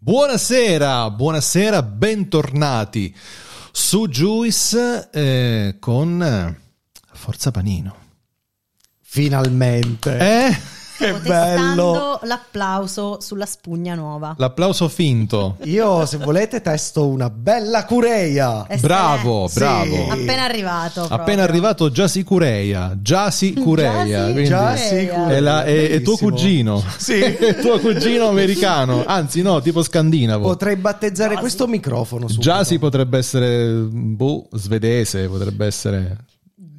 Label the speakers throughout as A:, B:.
A: Buonasera, buonasera, bentornati su Juice eh, con Forza Panino.
B: Finalmente.
A: Eh?
B: Che
C: Stiamo
B: bello.
C: testando l'applauso sulla spugna nuova.
A: L'applauso finto.
B: Io, se volete, testo una bella cureia.
C: Eh,
A: Bravo,
B: Sì.
A: bravo.
C: Appena arrivato. proprio.
A: Appena arrivato Giasi Cureia, Giasi Cureia,
C: Giasi
A: quindi
B: Già
C: Cureia.
B: sicuro.
A: è, la- è- è tuo
B: Bellissimo.
A: cugino,
B: Sì.
A: è tuo cugino americano, anzi no, tipo scandinavo.
B: Potrei battezzare questo microfono. subito.
A: Giasi potrebbe essere, boh, svedese, potrebbe essere...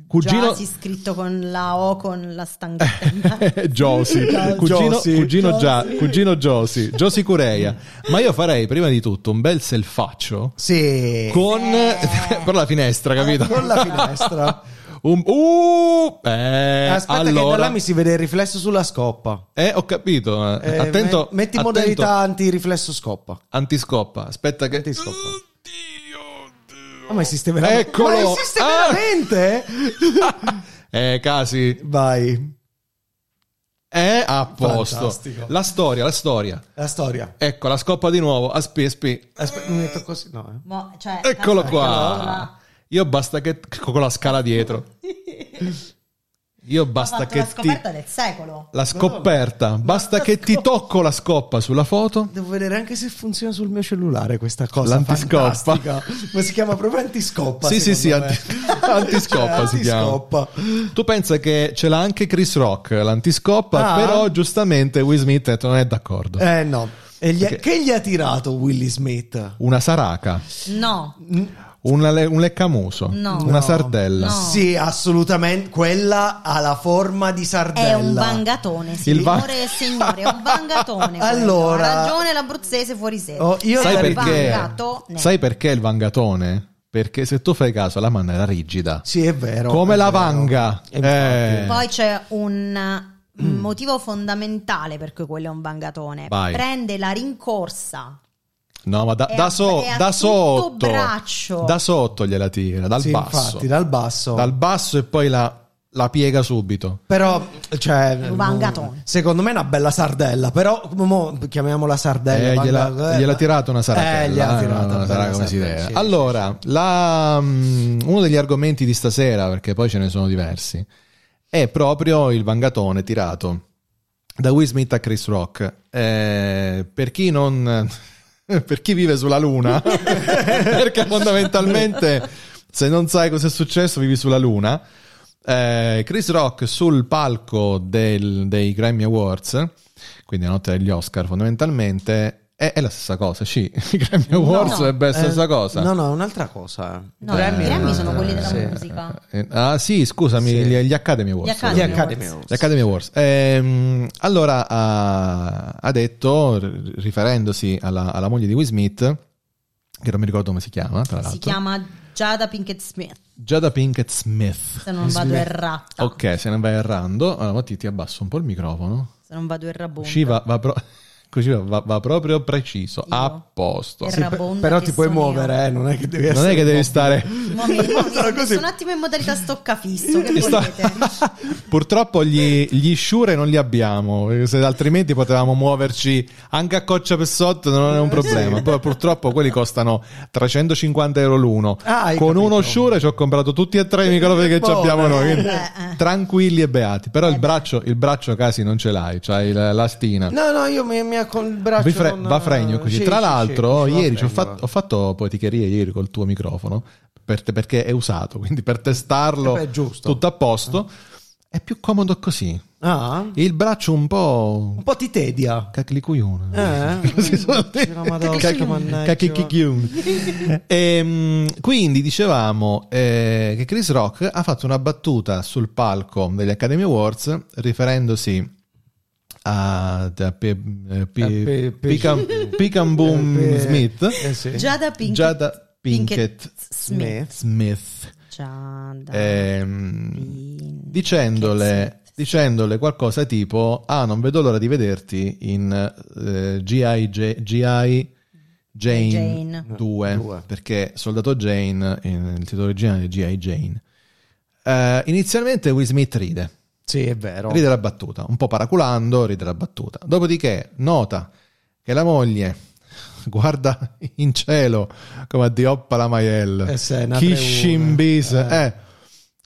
A: Cugino,
C: Già si è scritto con la O con la stanghetta.
A: Josi,
B: Josi.
A: cugino,
B: Josi.
A: cugino, Gia- cugino Josi, Josi Cureia. Ma io farei prima di tutto un bel selfaccio
B: Sì.
A: con
C: Eh.
A: per la finestra, capito?
B: Con la finestra. Eh,
A: Un- uh, eh,
B: Aspetta, che da
A: allora,
B: là mi si vede il riflesso sulla scoppa.
A: eh, ho capito.
B: Eh,
A: attento,
B: me- metti
A: attento.
B: modalità antiriflesso scoppa.
A: antiscoppa. Aspetta, che
B: Antiscoppa. Ah, ma esiste veramente?
A: Eccolo!
B: Ma esiste
A: Ah!
B: veramente?
A: Eh, casi,
B: Vai.
A: eh, a posto.
B: Fantastico.
A: La storia, la storia.
B: La storia.
A: Ecco, la scoppa di nuovo. Aspi, aspi.
B: Aspetta, mi metto così. No, eh.
C: Mo- cioè,
A: Eccolo
C: cazzo,
A: qua.
C: allora,
A: Io basta che con la scala dietro. Io
C: ha
A: basta
C: fatto
A: che
C: la
A: ti
C: scoperta del secolo.
A: la scoperta, basta che ti tocco la scoppa sulla foto.
B: Devo vedere anche se funziona sul mio cellulare questa cosa.
A: L'antiscoppa.
B: fantastica. Ma si chiama proprio antiscoppa.
A: Sì, sì, sì,
B: secondo me.
A: anti- antiscoppa
B: Cioè,
A: si chiama.
B: antiscoppa.
A: Tu pensa che ce l'ha anche Chris Rock l'antiscoppa,
B: Ah.
A: però giustamente Will Smith ha detto non è d'accordo.
B: Eh no. E gli-
A: Perché-
B: Che gli ha tirato Willy Smith?
A: Una saraca,
C: No,
A: una le- un leccamuso,
C: No.
A: una
B: No.
A: sardella.
C: No.
B: Sì, assolutamente. Quella ha la forma di sardella.
C: è un vangatone, signore
A: van-
C: e signore, è un vangatone. quello.
B: Allora-
C: ha ragione l'abruzzese fuori sede.
B: Oh, io
A: Sai
B: la-
C: il
A: perché?
C: vangatone.
A: Sai perché il vangatone? Perché se tu fai caso la manna era rigida.
B: Sì, è vero.
A: Come
B: è
A: la
B: vero.
A: vanga.
B: E
A: Eh.
B: infatti.
C: Poi c'è un mm, motivo fondamentale per cui quello è un vangatone.
A: Mm. Vai.
C: Prende la rincorsa
A: No, ma da,
C: È
A: da
C: a-
A: so-
C: è a
A: da
C: tutto
A: sotto,
C: braccio.
A: da sotto gliela tira, dal
B: Sì,
A: basso,
B: infatti, dal basso.
A: Dal basso e poi la, la piega subito.
B: Però, cioè,
C: Un vangatone.
B: secondo me è una bella sardella. Però, mo- chiamiamola sardella.
A: Eh, gliela,
B: vanga-
A: gliela ha tirata una saracella.
B: Eh, gliela ha
A: eh,
B: tirata
A: una
B: bella
A: saraca, come si
B: sardella,
A: deve.
B: sì,
A: allora, la- mm, uno degli argomenti di stasera, perché poi ce ne sono diversi, è proprio il vangatone tirato da Will Smith a Chris Rock. Eh, per chi non... Per chi vive sulla luna, perché fondamentalmente se non sai cosa è successo vivi sulla luna, Eh, Chris Rock sul palco del- dei Grammy Awards, quindi la notte degli Oscar fondamentalmente, è, è la stessa cosa, sì, i Grammy Awards
C: no.
A: è la stessa
B: Eh,
A: cosa.
B: No, no, è un'altra cosa.
C: No, Grammy- i Grammy sono quelli della
B: sì.
C: musica.
A: Eh, Ah sì, scusami,
B: Sì.
A: Gli, gli Academy Awards.
C: Gli Academy
A: Gli
B: Gli
A: Academy,
B: Academy
A: Awards.
B: Awards.
C: Awards.
A: Ehm, allora ha, ha detto, r- riferendosi alla, alla moglie di Will Smith, che non mi ricordo come si chiama, tra l'altro.
C: si chiama Giada Pinkett Smith.
A: Giada Pinkett Smith.
C: Se non vado errata,
A: Ok, se ne vai errando, allora ma ti, ti abbasso un po' il microfono.
C: se non vado errabonda,
A: Così va, va pro- così va- va- va proprio preciso,
C: Io.
A: a posto.
C: Erra-
B: Sì, per-
C: Rabonda
B: però
C: che
B: ti puoi
C: sono
B: muovere,
C: io.
B: eh, non è che devi
A: Non
B: essere
A: è che devi
B: mobile.
A: stare...
C: Ma mi- mi- mi-
B: Sono
C: sono,
B: così.
C: un attimo in modalità stoccafisso. Che
A: Sta-
C: volete?
A: Purtroppo gli, gli sciure non li abbiamo, eh, se- altrimenti potevamo muoverci anche a coccia per sotto, non è un problema. Poi purtroppo quelli costano 350 euro l'uno.
B: Ah, hai
A: Con
B: capito.
A: uno sciure ci ho comprato tutti e tre i microfoni che ci
B: Buono. Eh.
A: abbiamo noi. quindi
C: Eh, eh.
A: tranquilli e beati. Però il braccio, il braccio casi non ce l'hai, c'hai la, la stina.
B: No, no, io mi, mi ha con il braccio
A: Vi fre-
B: con-
A: va fregno così.
B: Sì,
A: Tra
B: sì,
A: l'altro,
B: sì,
A: ieri
B: va
A: ci ho,
B: fregno,
A: fatto,
B: va.
A: ho fatto poeticherie ieri col tuo microfono per te- perché è usato, quindi per testarlo
B: Eh beh, giusto. Eh.
A: tutto a posto. È più comodo così.
B: Ah,
A: Il braccio un po'.
B: un po' ti tedia.
A: Caclicuione.
B: Eh?
A: Così sono detto.
B: Cacchicchione, madonna, che mannaggia.
A: Cacchicchione. Ehm, Quindi dicevamo eh, che Chris Rock ha fatto una battuta sul palco degli Academy Awards riferendosi a da Pe- eh, Pe-
B: A Pe- Pe-
A: Picam- Picam Boom
B: Eh,
A: Smith
B: eh, sì.
C: Giada Pinkett,
A: Giada Pinkett
C: Smith.
A: Smith
C: Giada
A: ehm,
C: Pinkett
A: dicendole,
C: Smith.
A: dicendole qualcosa tipo ah non vedo l'ora di vederti in eh, G.I. Ge- G.I. Jane,
C: Jane.
A: 2,
B: Eh, Due.
A: perché Soldato Jane eh, il titolo originale è G.I. Jane Eh, inizialmente Will Smith ride
B: Sì, è vero.
A: ride la battuta, un po' paraculando, ride la battuta. Dopodiché nota che la moglie guarda in cielo come a Dioppa la Maiel.
B: Eh sì, ne apre una.
A: Kishimbis.
B: Eh.
A: Eh.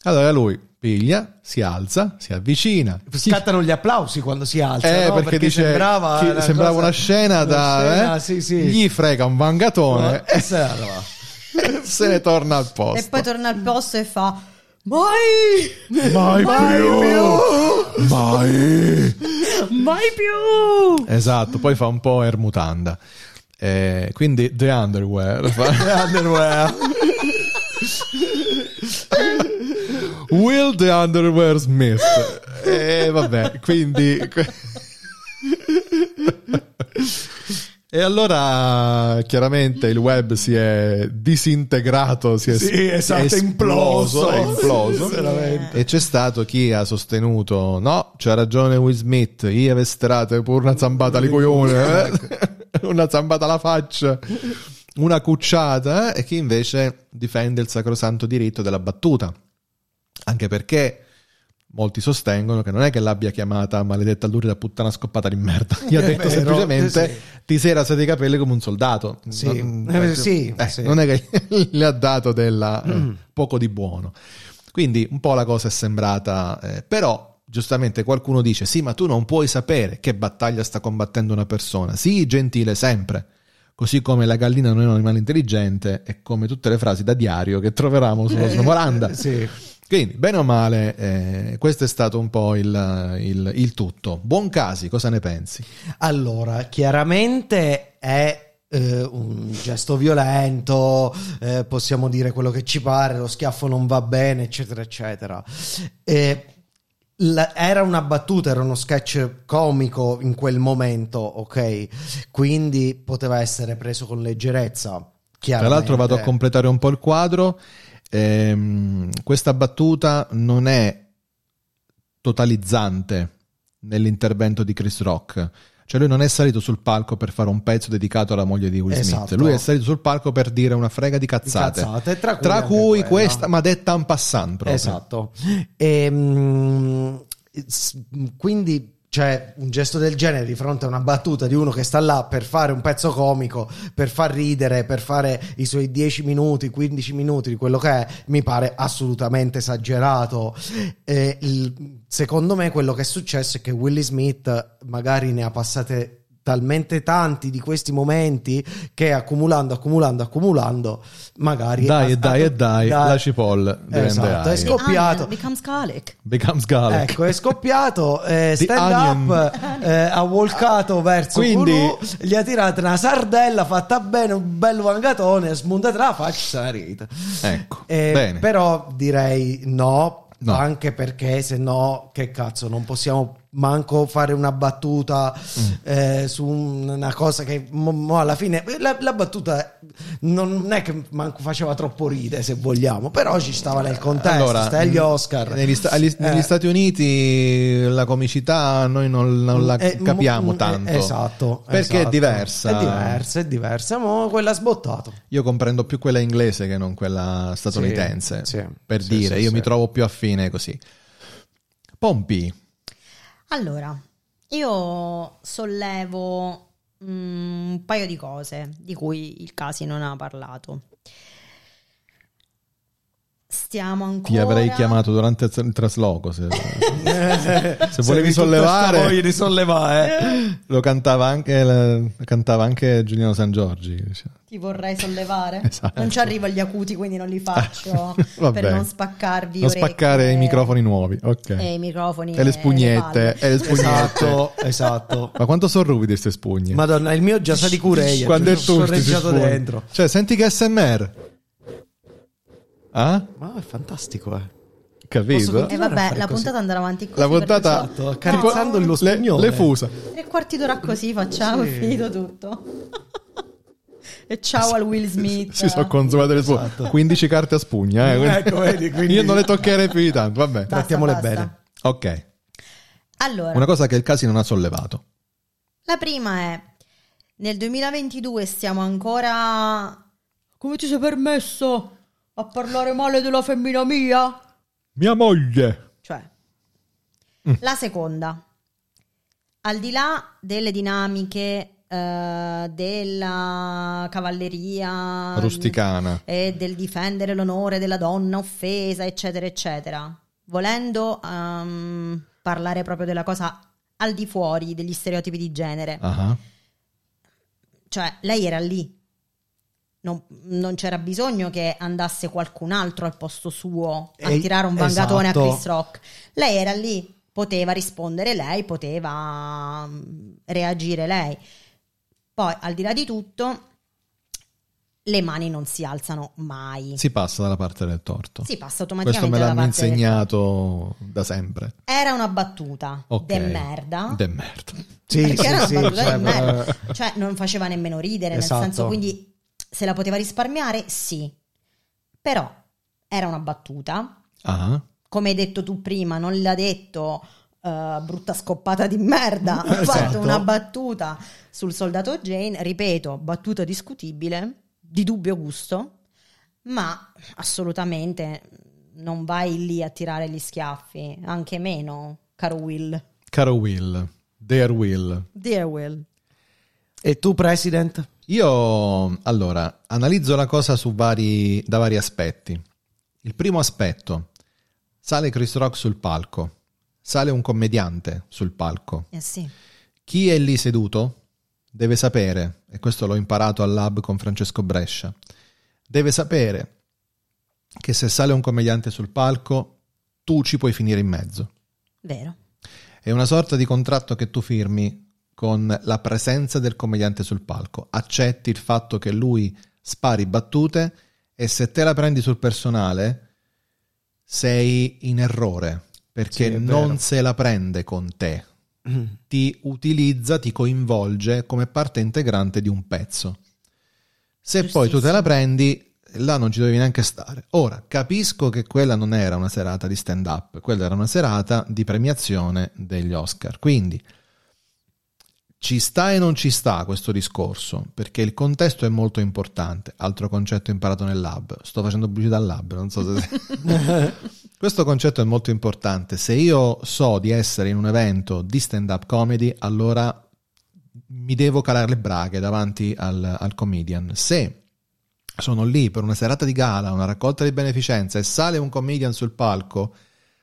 A: Allora lui piglia, si alza, si avvicina.
B: Scattano gli applausi quando si alza,
A: Eh,
B: no?
A: perché, dice
B: sembrava,
A: chi-
B: una,
A: sembrava
B: cosa-
A: una scena da
B: una scena,
A: eh?
B: sì, sì.
A: gli frega un vangatone
B: Eh, sì, allora.
A: e se ne torna al posto.
C: E poi torna al posto e fa: Mai!
A: mai, più, mai.
C: Mai più!
A: Esatto, poi fa un po' ermutanda. Eh, quindi The Underwear fa-
B: Underwear.
A: Will the Underwear Smith. E vabbè, quindi E allora chiaramente il web si è disintegrato, si è,
B: Sì,
A: es-
B: esatto, è imploso.
A: è imploso.
B: Sì, veramente.
A: E c'è stato chi ha sostenuto: no, c'ha ragione Will Smith, io vestrate pure una zambata alle coglione,
B: Ecco.
A: eh? una zambata alla faccia, una cucciata, eh? e chi invece difende il sacrosanto diritto della battuta. Anche perché molti sostengono che non è che l'abbia chiamata maledetta lurida puttana scoppata di merda, gli ha
B: Eh, È
A: detto
B: vero,
A: semplicemente
B: sì.
A: ti sei rasati i capelli come un soldato.
B: Sì,
A: Non,
B: eh, sì,
A: eh,
B: sì. Mm.
A: non è che le ha dato della, eh, poco di buono. Quindi un po' la cosa è sembrata, eh, però giustamente qualcuno dice sì ma tu non puoi sapere che battaglia sta combattendo una persona. Sì, gentile sempre. Così come la gallina non è un animale intelligente e come tutte le frasi da diario che troveremo sulla smoranda.
B: Eh, sì.
A: Quindi, bene o male, eh, questo è stato un po' il, il- il tutto. Buon casi, cosa ne pensi?
B: Allora, chiaramente è eh, un gesto violento, eh, possiamo dire quello che ci pare, lo schiaffo non va bene, eccetera, eccetera. Eh, la- era una battuta, era uno sketch comico in quel momento, ok? Quindi poteva essere preso con leggerezza.
A: Tra l'altro vado a
B: chiaramente.
A: completare un po' il quadro. Ehm, questa battuta non è totalizzante nell'intervento di Chris Rock. Cioè lui non è salito sul palco per fare un pezzo dedicato alla moglie di Will
B: Esatto.
A: Smith. Lui è salito sul palco per dire una frega di cazzate.
B: Cazzate, tra cui,
A: Tra
B: anche
A: cui
B: quella.
A: questa, ma detta un passant proprio.
B: Esatto. Ehm, s- quindi cioè, un gesto del genere di fronte a una battuta di uno che sta là per fare un pezzo comico, per far ridere, per fare i suoi 10 minuti, 15 minuti di quello che è, mi pare assolutamente esagerato. Eh, il- secondo me quello che è successo è che Willy Smith magari ne ha passate talmente tanti di questi momenti che accumulando, accumulando, accumulando, magari...
A: Dai,
B: ha-
A: e dai,
B: ha-
A: e dai, la cipolla diventa
B: Esatto,
A: aria.
B: è scop- Scoppiato.
C: Onion Ah, becomes garlic.
A: Becomes garlic.
B: Ecco, è scoppiato, eh,
A: The
B: stand
A: Onion.
B: up, eh, ha volcato verso
A: Quindi-
B: Guru, gli ha tirato una sardella fatta bene, un bel vangatone, ha smontato la faccia, se la ridita.
A: Ecco,
B: Eh,
A: bene.
B: Però direi no,
A: No.
B: anche perché se no, che cazzo, non possiamo manco fare una battuta
A: Mm.
B: eh, su un- una cosa che mo, mo alla fine la, la battuta non è che manco faceva troppo ridere se vogliamo però ci stava nel contesto sta agli Oscar
A: negli, sta- agli- negli
B: Eh.
A: Stati Uniti la comicità noi non, non la
B: Eh,
A: capiamo
B: mo-
A: tanto.
B: eh, Esatto.
A: Perché
B: esatto.
A: è diversa.
B: È diversa, è diversa. Ma quella ha sbottato.
A: Io comprendo più quella inglese che non quella statunitense.
B: Sì, sì.
A: per
B: Sì,
A: dire,
B: sì,
A: io
B: sì.
A: mi trovo più affine così. Pompi,
C: Allora, io sollevo mm, un paio di cose di cui il Casi non ha parlato. Stiamo ancora.
A: ti avrei chiamato durante il tr- il trasloco. Se, se volevi
B: tutta
A: sollevare-
B: sta voglia di sollevare.
A: lo cantava anche, la- cantava anche Giuliano San Giorgi.
C: Ti vorrei sollevare?
A: Esatto.
C: Non ci arrivo agli acuti, quindi non li faccio
A: Vabbè.
C: per non spaccarvi.
A: Ah, Non
C: orecchie
A: spaccare i microfoni nuovi. ok.
C: E i microfoni.
A: E le spugnette.
C: palle.
A: E le spugnette.
B: Esatto, esatto.
A: Ma quanto sono ruvide queste spugne?
B: Madonna, il mio già sa di cureia.
A: quando è
B: ci cioè, sono
A: tu ti si
B: sorreggiato
A: sfugge.
B: dentro.
A: Cioè, senti che SMR. Ah?
B: Ma è fantastico, eh. Posso
A: Capito?
B: continuare? a
C: E Eh, vabbè,
B: fare
C: la
B: così.
C: puntata andrà avanti così.
A: La puntata
B: Esatto,
A: tipo,
B: accarezzando lo
A: le,
B: spagnolo.
A: le fusa.
C: perché Tre quarti d'ora così facciamo,
B: Sì.
C: è finito tutto. e ciao al Will Smith.
A: Si sono consumate le spugne. 15 carte a spugna. eh, quindi-
B: Esatto. Ecco, vedi, quindi-
A: Io non le toccherei più di tanto. Vabbè.
C: Basta,
B: Trattiamole
C: basta.
B: bene.
A: Ok.
C: Allora,
A: Una cosa che il Casi non ha sollevato.
C: la prima è nel 2022 stiamo ancora Come ti sei permesso a parlare male della femmina mia?
A: Mia moglie.
C: Cioè, la seconda, al di là delle dinamiche eh, eh, della cavalleria
A: rusticana.
C: e del difendere l'onore della donna offesa, eccetera, eccetera. Volendo ehm, parlare proprio della cosa al di fuori degli stereotipi di genere.
A: Ah.
C: Cioè, lei era lì. Non, non c'era bisogno che andasse qualcun altro al posto suo a
B: E-
C: tirare un bangatone
B: esatto.
C: a Chris Rock. Lei era lì, poteva rispondere lei, poteva mm, reagire lei. Poi, al di là di tutto, le mani non si alzano mai.
A: Si passa dalla parte del torto.
C: Si passa
A: Questo
C: automaticamente
A: me
C: dalla
A: l'hanno
C: parte del-
A: insegnato da sempre.
C: Era una battuta
A: Ok.
C: de merda.
A: De merda.
B: Sì,
C: Perché
B: sì,
C: era una
B: sì,
C: battuta
B: cioè,
C: di merda.
B: eh,
C: Cioè, non faceva nemmeno ridere,
B: Esatto.
C: nel senso, quindi se la poteva risparmiare, sì. Però era una battuta.
A: Ah.
C: Come hai detto tu prima, non l'ha detto eh, brutta scoppata di merda. Ha
B: Esatto.
C: fatto una battuta sul soldato Jane, ripeto, battuta discutibile, di dubbio gusto, ma assolutamente non vai lì a tirare gli schiaffi, anche meno, caro Will.
A: Caro Will, dear Will.
C: Dear Will.
B: E tu, President?
A: Io allora analizzo la cosa su vari- da vari aspetti. Il primo aspetto, sale Chris Rock sul palco, sale un commediante sul palco.
C: Eh sì.
A: Chi è lì seduto deve sapere, e questo l'ho imparato al lab con Francesco Brescia, deve sapere che se sale un commediante sul palco tu ci puoi finire in mezzo.
C: Vero.
A: È una sorta di contratto che tu firmi con la presenza del commediante sul palco. Accetti il fatto che lui spari battute e se te la prendi sul personale sei in errore perché
B: Sì, è vero.
A: non se la prende con te. Ti utilizza, ti coinvolge come parte integrante di un pezzo. Se poi tu te la
C: Giustissimo.
A: prendi, là non ci dovevi neanche stare. Ora, capisco che quella non era una serata di stand-up, quella era una serata di premiazione degli Oscar. Quindi ci sta e non ci sta questo discorso, perché il contesto è molto importante. Altro concetto imparato nel lab. Sto facendo pubblicità al lab, non so se... Questo concetto è molto importante. Se io so di essere in un evento di stand-up comedy, allora mi devo calare le braghe davanti al, al comedian. Se sono lì per una serata di gala, una raccolta di beneficenza e sale un comedian sul palco,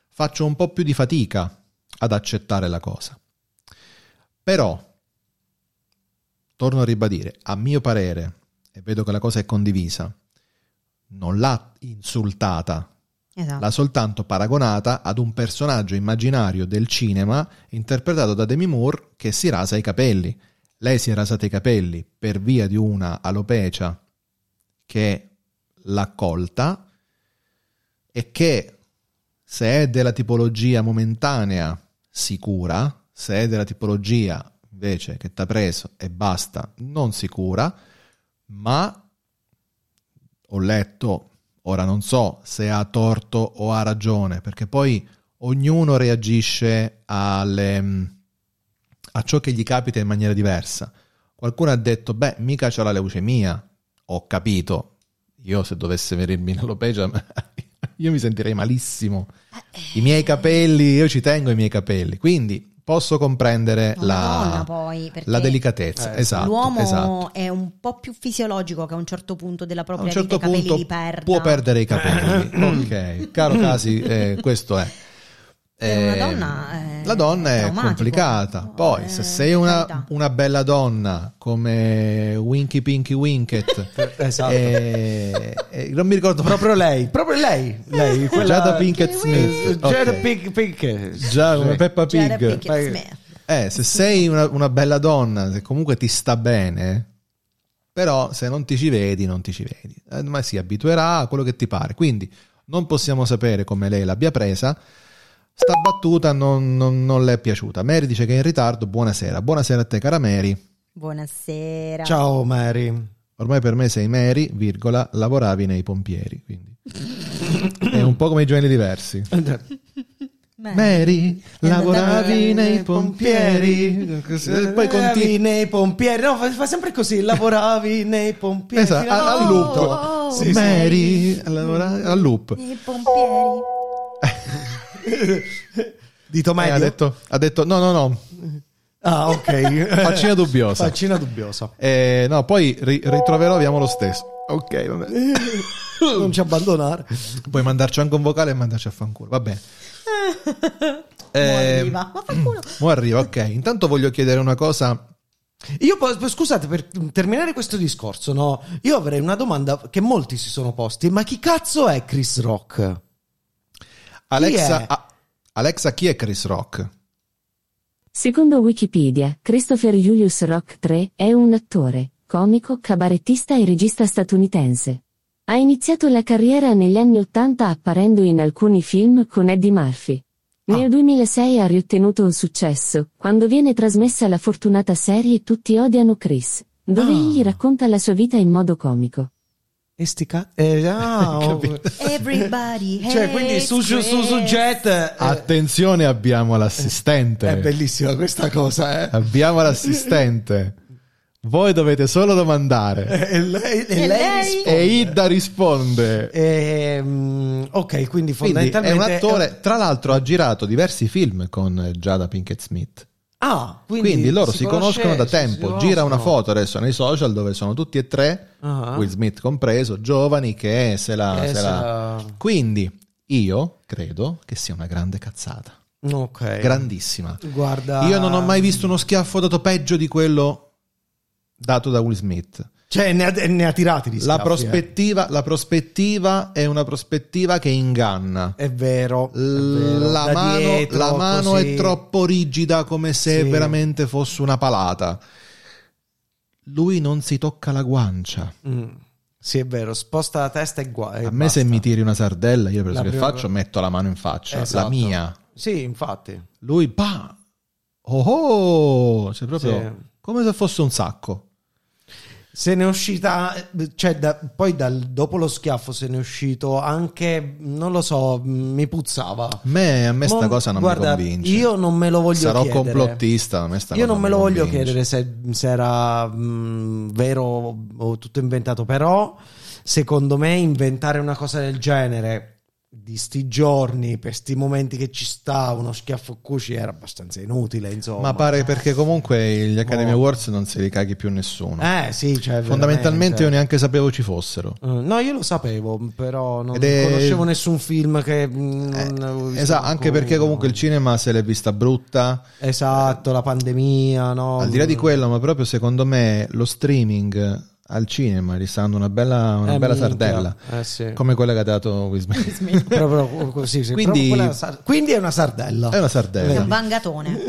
A: faccio un po' più di fatica ad accettare la cosa. Però, torno a ribadire, a mio parere, e vedo che la cosa è condivisa, non l'ha insultata
C: Esatto.
A: l'ha soltanto paragonata ad un personaggio immaginario del cinema interpretato da Demi Moore che si rasa i capelli. Lei si è rasata i capelli per via di una alopecia che l'ha colta e che se è della tipologia momentanea sicura, se è della tipologia invece che t'ha preso e basta, non sicura, ma ho letto, ora non so se ha torto o ha ragione, perché poi ognuno reagisce alle- mm, a ciò che gli capita in maniera diversa. Qualcuno ha detto, beh, mica c'ho la leucemia, ho capito, io se dovesse venirmi l'alopecia io mi sentirei malissimo. I miei capelli, io ci tengo i miei capelli, quindi posso comprendere
C: No, Madonna,
A: la,
C: poi, perché
A: la delicatezza.
B: Eh,
A: esatto,
C: L'uomo
A: esatto.
C: è un po' più fisiologico che a un certo punto della
A: a
C: propria
A: un certo
C: vita i capelli
A: punto
C: li perda.
A: può perdere i capelli. ok, caro Casi, eh, questo è.
C: Per una
A: Eh,
C: donna è
A: la donna è
C: traumatico.
A: complicata. Poi,
C: Eh,
A: se sei una,
C: carità.
A: una bella donna come Winky Pinky Winket,
B: Esatto.
A: eh, eh, non mi ricordo proprio.
B: Proprio lei, proprio lei, lei quella...
A: Jada Pinkett
B: Eh,
A: Smith,
B: Jada
A: ok.
B: Pink, Pink.
A: Già come Peppa
C: Jared
A: Pig.
C: Pinkett
B: Poi-
C: Smith.
A: Eh, se sei una, una bella donna, se comunque ti sta bene, però se non ti ci vedi, non ti ci vedi. Eh, ma si abituerà a quello che ti pare. Quindi non possiamo sapere come lei l'abbia presa. Sta battuta non, non- non le è piaciuta. Mary dice che è in ritardo. Buonasera. Buonasera a te, cara Mary.
C: Buonasera.
B: Ciao Mary.
A: Ormai per me sei Mary, virgola, lavoravi nei pompieri. Quindi. è un po' come i giorni diversi.
C: Mary.
A: Mary, lavoravi nei pompieri. Poi
B: Eh, poi
A: continui.
B: nei pompieri. No, fa, fa sempre così, lavoravi nei pompieri. Oh,
A: Esatto,
B: Fino alla-
A: al- al loop.
C: Sì, sì.
A: Mary, allora, al loop.
C: I pompieri.
B: Dito
A: Eh,
B: medio.
A: ha, detto, ha detto no, no, no.
B: Ah, ok.
A: Faccina dubbiosa.
B: Faccina dubbiosa.
A: Eh, no, poi ri- ritroverò, abbiamo lo stesso. Ok, vabbè.
B: Non ci abbandonare.
A: Puoi mandarci anche un vocale e mandarci a fanculo. Va bene.
C: Mo'
A: Eh,
C: arriva. Ma fa culo.
A: Mo' arriva, ok. Intanto voglio chiedere una cosa.
B: Io po- scusate, per terminare questo discorso, no? Io avrei una domanda che molti si sono posti. Ma chi cazzo è Chris Rock?
A: Alexa,
B: Chi è?
A: ah, Alexa, chi è Chris Rock?
D: Secondo Wikipedia, Christopher Julius Rock III è un attore, comico, cabarettista e regista statunitense. Ha iniziato la carriera negli anni Ottanta apparendo in alcuni film con Eddie Murphy. Nel 2006 ha riottenuto un successo, quando viene trasmessa la fortunata serie Tutti odiano Chris, dove
B: Ah.
D: egli racconta la sua vita in modo comico.
B: E sti ca- eh, ah, oh.
A: Capito.
C: Everybody
B: Cioè,
C: hates
B: quindi su, su, su, su
C: Chris.
B: Jet eh,
A: Attenzione, abbiamo l'assistente.
B: è bellissima questa cosa, eh.
A: Abbiamo l'assistente. Voi dovete solo domandare.
B: Eh, E lei, e lei
C: E lei?
B: risponde.
A: E Ida
B: Eh,
A: risponde.
B: Ehm, ok, quindi
A: Quindi è
B: fondamentalmente
A: un attore. Tra l'altro, ha girato diversi film con eh, Giada Pinkett Smith.
B: Ah, quindi,
A: Quindi, loro si,
B: conosce-
A: conoscono da
B: si- si
A: tempo.
B: conoscono.
A: Gira una foto adesso nei social dove sono tutti e tre,
B: Ah.
A: Will Smith compreso, giovani che se la,
B: Eh,
A: se
B: se
A: la-
B: la-
A: Quindi io credo che sia una grande cazzata,
B: Ok.
A: grandissima.
B: Guarda.
A: Io non ho mai visto uno schiaffo dato peggio di quello dato da Will Smith.
B: Cioè, ne ha, ne ha tirati di
A: La
B: schiaffi, eh.
A: prospettiva, la prospettiva è una prospettiva che inganna.
B: È vero. è vero.
A: La
B: Da
A: mano,
B: dietro,
A: la mano
B: così.
A: è troppo rigida come se
B: Sì.
A: veramente fosse una palata. Lui non si tocca la guancia.
B: Mm. Sì, è vero. Sposta la testa e guai.
A: A me se mi tiri una sardella, io penso
B: La
A: che
B: prima-
A: faccio, metto la mano in faccia,
B: Esatto.
A: la mia.
B: Sì, infatti.
A: Lui, bah! Oh oh! Cioè proprio
B: Sì.
A: come se fosse un sacco.
B: Se ne è uscita, cioè da- poi dal- dopo lo schiaffo se ne è uscito anche, non lo so, mi puzzava.
A: A me, a me sta
B: Mon-
A: cosa non
B: guarda,
A: mi convince.
B: Io non me lo voglio
A: Sarò
B: chiedere.
A: complottista, ma a me sta
B: Io
A: cosa
B: non me
A: mi
B: lo voglio
A: convince.
B: chiedere se, se era mh, vero o tutto inventato, però secondo me inventare una cosa del genere di sti giorni, per sti momenti che ci sta uno schiaffo a cuci era abbastanza inutile, insomma.
A: Ma pare perché comunque gli Academy
B: Boh.
A: Awards non se li caghi più nessuno.
B: Eh sì, cioè,
A: Fondamentalmente io
B: veramente.
A: neanche sapevo ci fossero.
B: Eh, No, io lo sapevo, però non
A: Ed è-
B: conoscevo nessun film che... mh, non
A: Eh,
B: avevo visto
A: esatto, anche
B: qualcuno.
A: perché comunque il cinema se l'è vista brutta.
B: Esatto, la pandemia, no?
A: Al di là di quello, ma proprio secondo me lo streaming al cinema gli sta dando una bella, una
B: Eh,
A: bella
B: minchia.
A: sardella,
B: Eh sì.
A: come quella che ha dato Will Smith.
B: Proprio così, sì,
A: Quindi-
B: proprio quella sar- quindi è una sardella.
A: È una sardella.
C: È un
B: Vedi?
C: vangatone.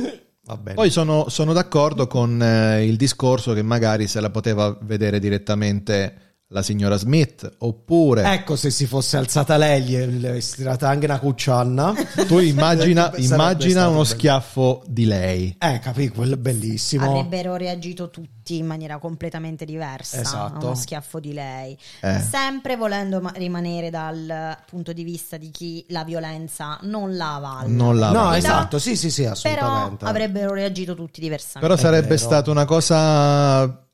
B: Va bene.
A: Poi sono, sono d'accordo con eh, il discorso che magari se la poteva vedere direttamente la signora Smith, oppure
B: ecco se si fosse alzata lei gli avessi tirata anche una cuccianna.
A: tu immagina,
B: Sarebbe
A: immagina
B: stato
A: uno
B: bello.
A: schiaffo di lei.
B: Eh, capì, quello è bellissimo.
C: Avrebbero reagito tutti in maniera completamente diversa
B: Esatto.
C: a uno schiaffo di lei.
A: Eh.
C: Sempre volendo ma- rimanere dal punto di vista di chi la violenza non la avalla.
A: Non la
B: No,
A: vale.
B: esatto, sì, sì, sì,
C: Però
B: assolutamente.
C: avrebbero reagito tutti diversamente.
A: Però sarebbe
B: vero.
A: stata una cosa...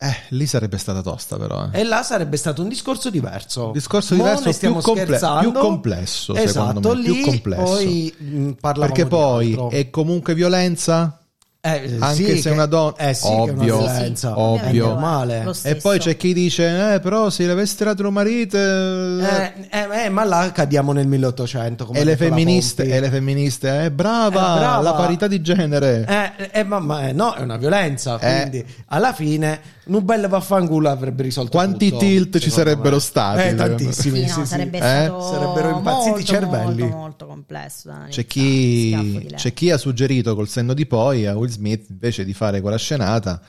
A: Eh, lì sarebbe stata tosta però. eh.
B: E là sarebbe stato un discorso diverso.
A: Un discorso
B: Mo
A: diverso,
B: ne stiamo
A: più comple-
B: scherzando.
A: più complesso,
B: esatto,
A: secondo me, più
B: lì
A: complesso.
B: Poi mh, parlavamo
A: Perché
B: di
A: poi
B: altro.
A: è comunque violenza?
B: Eh, sì,
A: anche se
B: che-
A: una donna-
B: eh, sì, che è una
A: ovvio,
B: violenza.
A: ovvio.
B: Eh, meno male.
C: Lo
A: E poi
C: stesso.
A: c'è chi dice, eh però se l'avessi tirato tuo marito... eh,
B: Eh, eh, eh, ma là cadiamo nel 1800 come
A: e
B: ha
A: le
B: detto la
A: femministe,
B: Pompi.
A: e le femministe, eh, brava,
B: Eh, brava.
A: la parità di genere.
B: Eh, eh, ma, ma, eh, no, è una violenza.
A: Eh.
B: Quindi alla fine, Nubel vaffanculo avrebbe risolto
A: Quanti
B: tutto,
A: tilt ci
B: secondo
A: sarebbero
B: me.
A: stati,
B: Eh,
A: secondo me.
B: tantissimi.
C: Sì, no,
B: sì, sì.
C: sarebbe
A: Eh?
C: stato
B: Sarebbero impazziti
C: molto,
B: i cervelli.
C: Molto, molto complesso. da
A: C'è
C: analizzare, schiaffo
A: chi,
C: di lei.
A: c'è chi ha suggerito col senno di poi a Will Smith invece di fare quella scenata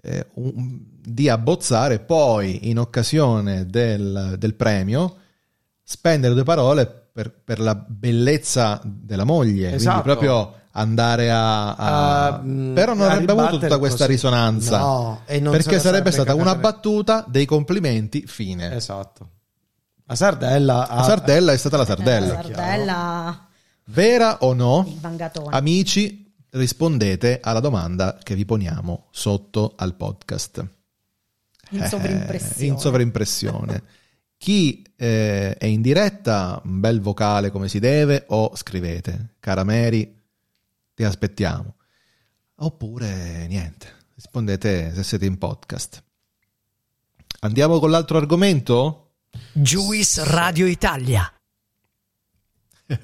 A: eh, un- di abbozzare poi in occasione del, del premio spendere due parole per, per la bellezza della moglie
B: Esatto.
A: quindi proprio andare a, a-
B: Ah, mh,
A: però non
B: a
A: avrebbe avuto tutta
B: ribattere
A: questa
B: così.
A: risonanza
B: No, e non se
A: perché
B: la
A: sarebbe stata una
B: cagata
A: battuta dei complimenti fine
B: ne- Esatto. La sardella.
A: la
B: ha-
A: sardella è stata la
C: Eh,
A: sardella
C: la sardella,
A: vera o no
C: il vangatone.
A: Ah, Amici, rispondete alla domanda che vi poniamo sotto al podcast.
C: in sovrimpressione.
A: Eh, in sovrimpressione. Chi eh, è in diretta, un bel vocale come si deve, o scrivete. Cara Mary, ti aspettiamo. Oppure niente, rispondete se siete in podcast. Andiamo con l'altro argomento?
E: Juice Radio Italia.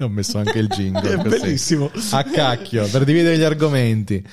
A: Ho messo anche il jingle.
B: È
A: così.
B: bellissimo.
A: A cacchio, per dividere gli argomenti.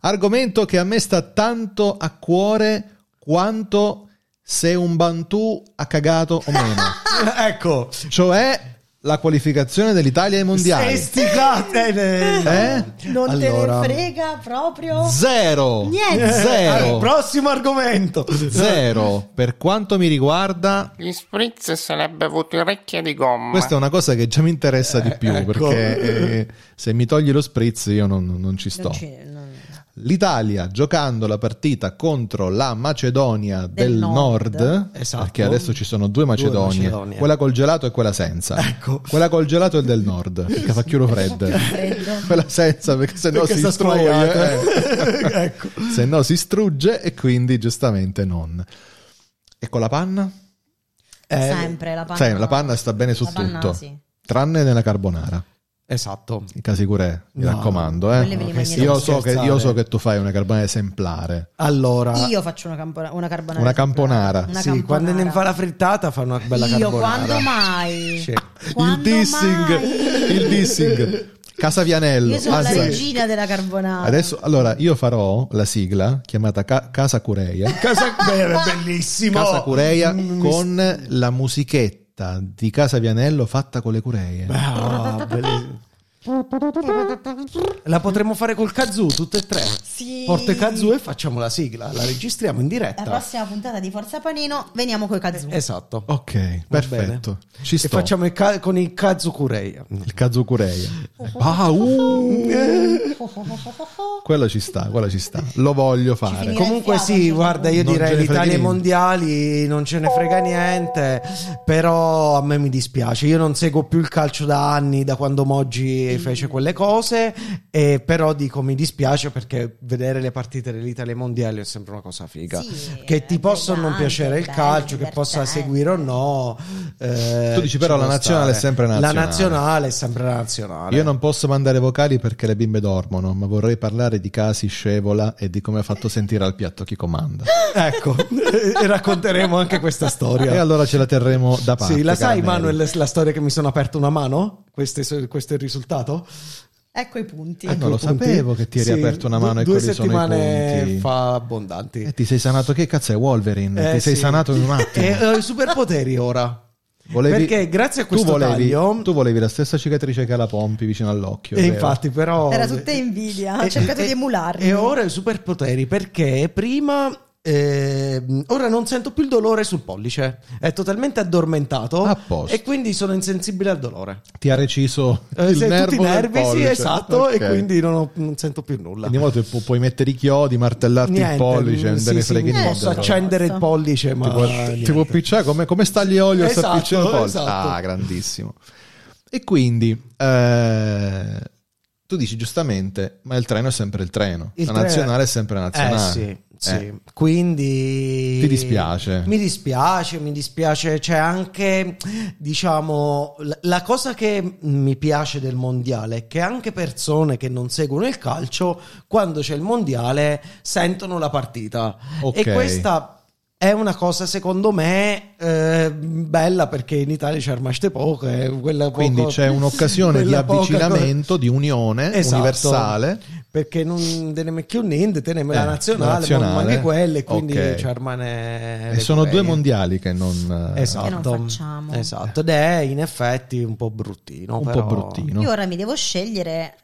A: Argomento che a me sta tanto a cuore quanto se un Bantù ha cagato o meno. Ah!
B: ecco.
A: Cioè la qualificazione dell'Italia ai mondiali.
B: E sti cazzi-
A: Eh?
C: Non
B: Allora.
C: te ne frega proprio.
A: Zero.
C: Niente.
B: Eh,
A: Zero.
B: prossimo argomento.
A: Zero. Per quanto mi riguarda,
F: Gli spritz sarebbe avuto orecchie di gomma.
A: questa è una cosa che già mi interessa di più
B: ecco.
A: perché eh, se mi togli lo spritz io non, non ci sto.
C: Non ci- non-
A: L'Italia giocando la partita contro la Macedonia del,
C: Del
A: Nord,
C: Nord.
B: Esatto.
A: perché adesso ci sono due Macedonie,
B: Macedonie.
A: quella col gelato e quella senza.
B: Ecco.
A: Quella col gelato è del Nord, perché fa chiuro freddo. quella senza perché sennò
B: Perché
A: si eh.
B: sta
A: strugge. eh.
B: squagliata. Ecco.
A: Se no si strugge e quindi giustamente non. E con la panna?
B: Eh,
C: sempre la panna.
A: Sai, la panna sta bene su
C: La panna,
A: tutto.
C: sì.
A: Tranne nella carbonara.
B: Esatto.
A: In Casigure, mi
B: No,
A: raccomando. eh.
C: quelle ve le mangiate.
A: Io, so che, io so
B: Scherzare.
A: che tu fai una carbonara esemplare.
B: Allora,
C: Io faccio una, campona- una
A: Ah.
C: carbonara.
A: Una
C: esemplare.
A: camponara.
C: Una
B: sì, quando ne fa
C: camponara.
B: la frittata fa una bella
C: Io
B: carbonara.
C: quando mai?
B: Sì.
C: Quando
A: il dissing,
C: mai?
A: il dissing. Casa Vianello.
C: Io sono
A: anzi,
C: la regina della carbonara.
A: Ah, Adesso, allora, io farò la sigla chiamata Ca- Casa Cureia.
B: Casa Beh, è bellissimo.
A: Casa Cureia
B: Mm,
A: con la musichetta di Casa Vianello fatta con le cureie.
B: Ah, bellissimo. La potremmo fare col kazoo, tutte e tre.
C: Sì.
B: Porto il kazoo e facciamo la sigla, la registriamo in
C: La
B: diretta.
C: prossima puntata di Forza Panino veniamo coi kazoo.
B: Esatto.
A: Ok,
B: Va
A: perfetto.
B: bene.
A: Ci
B: E
A: sto. Mm.
B: facciamo il ca- con il kazoo cureia.
A: Il Kazu Cureia.
C: Oh,
A: Ah, uh,
C: Eh.
A: quello ci sta, quello ci sta. Lo voglio fare.
C: finirà.
B: Comunque
C: fiato,
B: sì,
C: cioè,
B: guarda, io
A: non ce
B: direi
A: ne frega
B: l'Italia ai
A: niente.
B: mondiali non ce ne frega niente, però a me mi dispiace, io non seguo più il calcio da anni, da quando Moggi fece quelle cose, e però dico mi dispiace perché vedere le partite dell'Italia ai mondiali è sempre una cosa figa.
C: Sì,
B: che ti
C: è
B: possa non
C: brillante,
B: piacere il
C: bello,
B: calcio, che possa
C: divertente.
B: seguire o no. eh,
A: Tu dici,
B: ci
A: però, la
B: può
A: nazionale è sempre
B: La
A: nazionale.
B: nazionale è sempre la nazionale.
A: Io non posso mandare vocali perché le bimbe dormono, ma vorrei parlare di casi scevola e di come ha fatto sentire al piatto chi comanda.
B: Ecco, e racconteremo anche questa storia.
A: E allora ce la terremo da parte.
B: Sì, la sai,
A: Carmela.
B: Manuel, la storia che mi sono aperto una mano? Queste so- Questo è, il risultato?
C: Ecco i punti.
A: Eh, non lo
B: Due punti?
A: sapevo che ti eri
B: Sì,
A: aperto una mano
B: du-
A: e
B: due
A: quelli sono i
B: settimane
A: punti.
B: fa abbondanti.
A: E Eh, ti sei sanato, che cazzo è Wolverine?
B: Eh,
A: ti sei
B: sì.
A: sanato in un attimo.
B: E ho i superpoteri ora.
A: Volevi-
B: Perché grazie a questo
A: tu volevi,
B: taglio-
A: tu volevi la stessa cicatrice che ha la Pompi vicino all'occhio.
B: E
A: vero?
B: infatti, però.
C: Era tutta invidia, ho
B: E-
C: cercato
B: e-
C: di emularli.
B: E ora i superpoteri perché prima. ehm, ora non sento più il dolore sul pollice, è totalmente addormentato
A: A posto.
B: e quindi sono insensibile al dolore.
A: ti ha reciso
B: Eh,
A: il
B: se-
A: nervo
B: tutti i
A: del
B: nervi, sì,
A: pollice.
B: esatto,
A: Ok.
B: e quindi non, ho- non sento più nulla.
A: Quindi mo te pu- puoi mettere i chiodi, martellarti il pollice, non
B: sì,
A: te ne
B: sì, Eh,
A: frega
B: mi
A: niente.
B: Posso
A: allora.
B: accendere il
C: Basta.
B: pollice, ma
A: Ti può- ti
B: niente.
A: può picciare come, come stagli olio
B: Esatto,
A: sta piccino pollice.
B: esatto.
A: Ah, grandissimo. E quindi eh, tu dici giustamente, ma il treno è sempre il treno,
B: Il
A: la
B: tre-
A: nazionale è sempre la nazionale.
B: Eh, sì, sì.
A: Eh,
B: Quindi
A: Ti dispiace?
B: Mi dispiace, mi dispiace. C'è anche, diciamo, la, la cosa che mi piace del mondiale è che anche persone che non seguono il calcio, quando c'è il mondiale, sentono la partita.
A: Ok.
B: E questa è una cosa, secondo me, eh, bella perché in Italia c'è rimaste poche. eh, quella poco-
A: Quindi c'è un'occasione di
B: quella poca cosa-
A: avvicinamento, di unione
B: Esatto.
A: universale.
B: perché non te ne metti un niente, te ne metti
A: Eh,
B: la nazionale,
A: la nazionale.
B: ma anche quelle, quindi
A: Ok.
B: ci rimane
A: E sono due
B: Recuperia.
A: mondiali che non... eh,
B: Esatto.
C: Che non facciamo.
B: Esatto, ed è in effetti un po' bruttino,
A: Un
B: però-
A: po' bruttino.
C: Io ora mi devo scegliere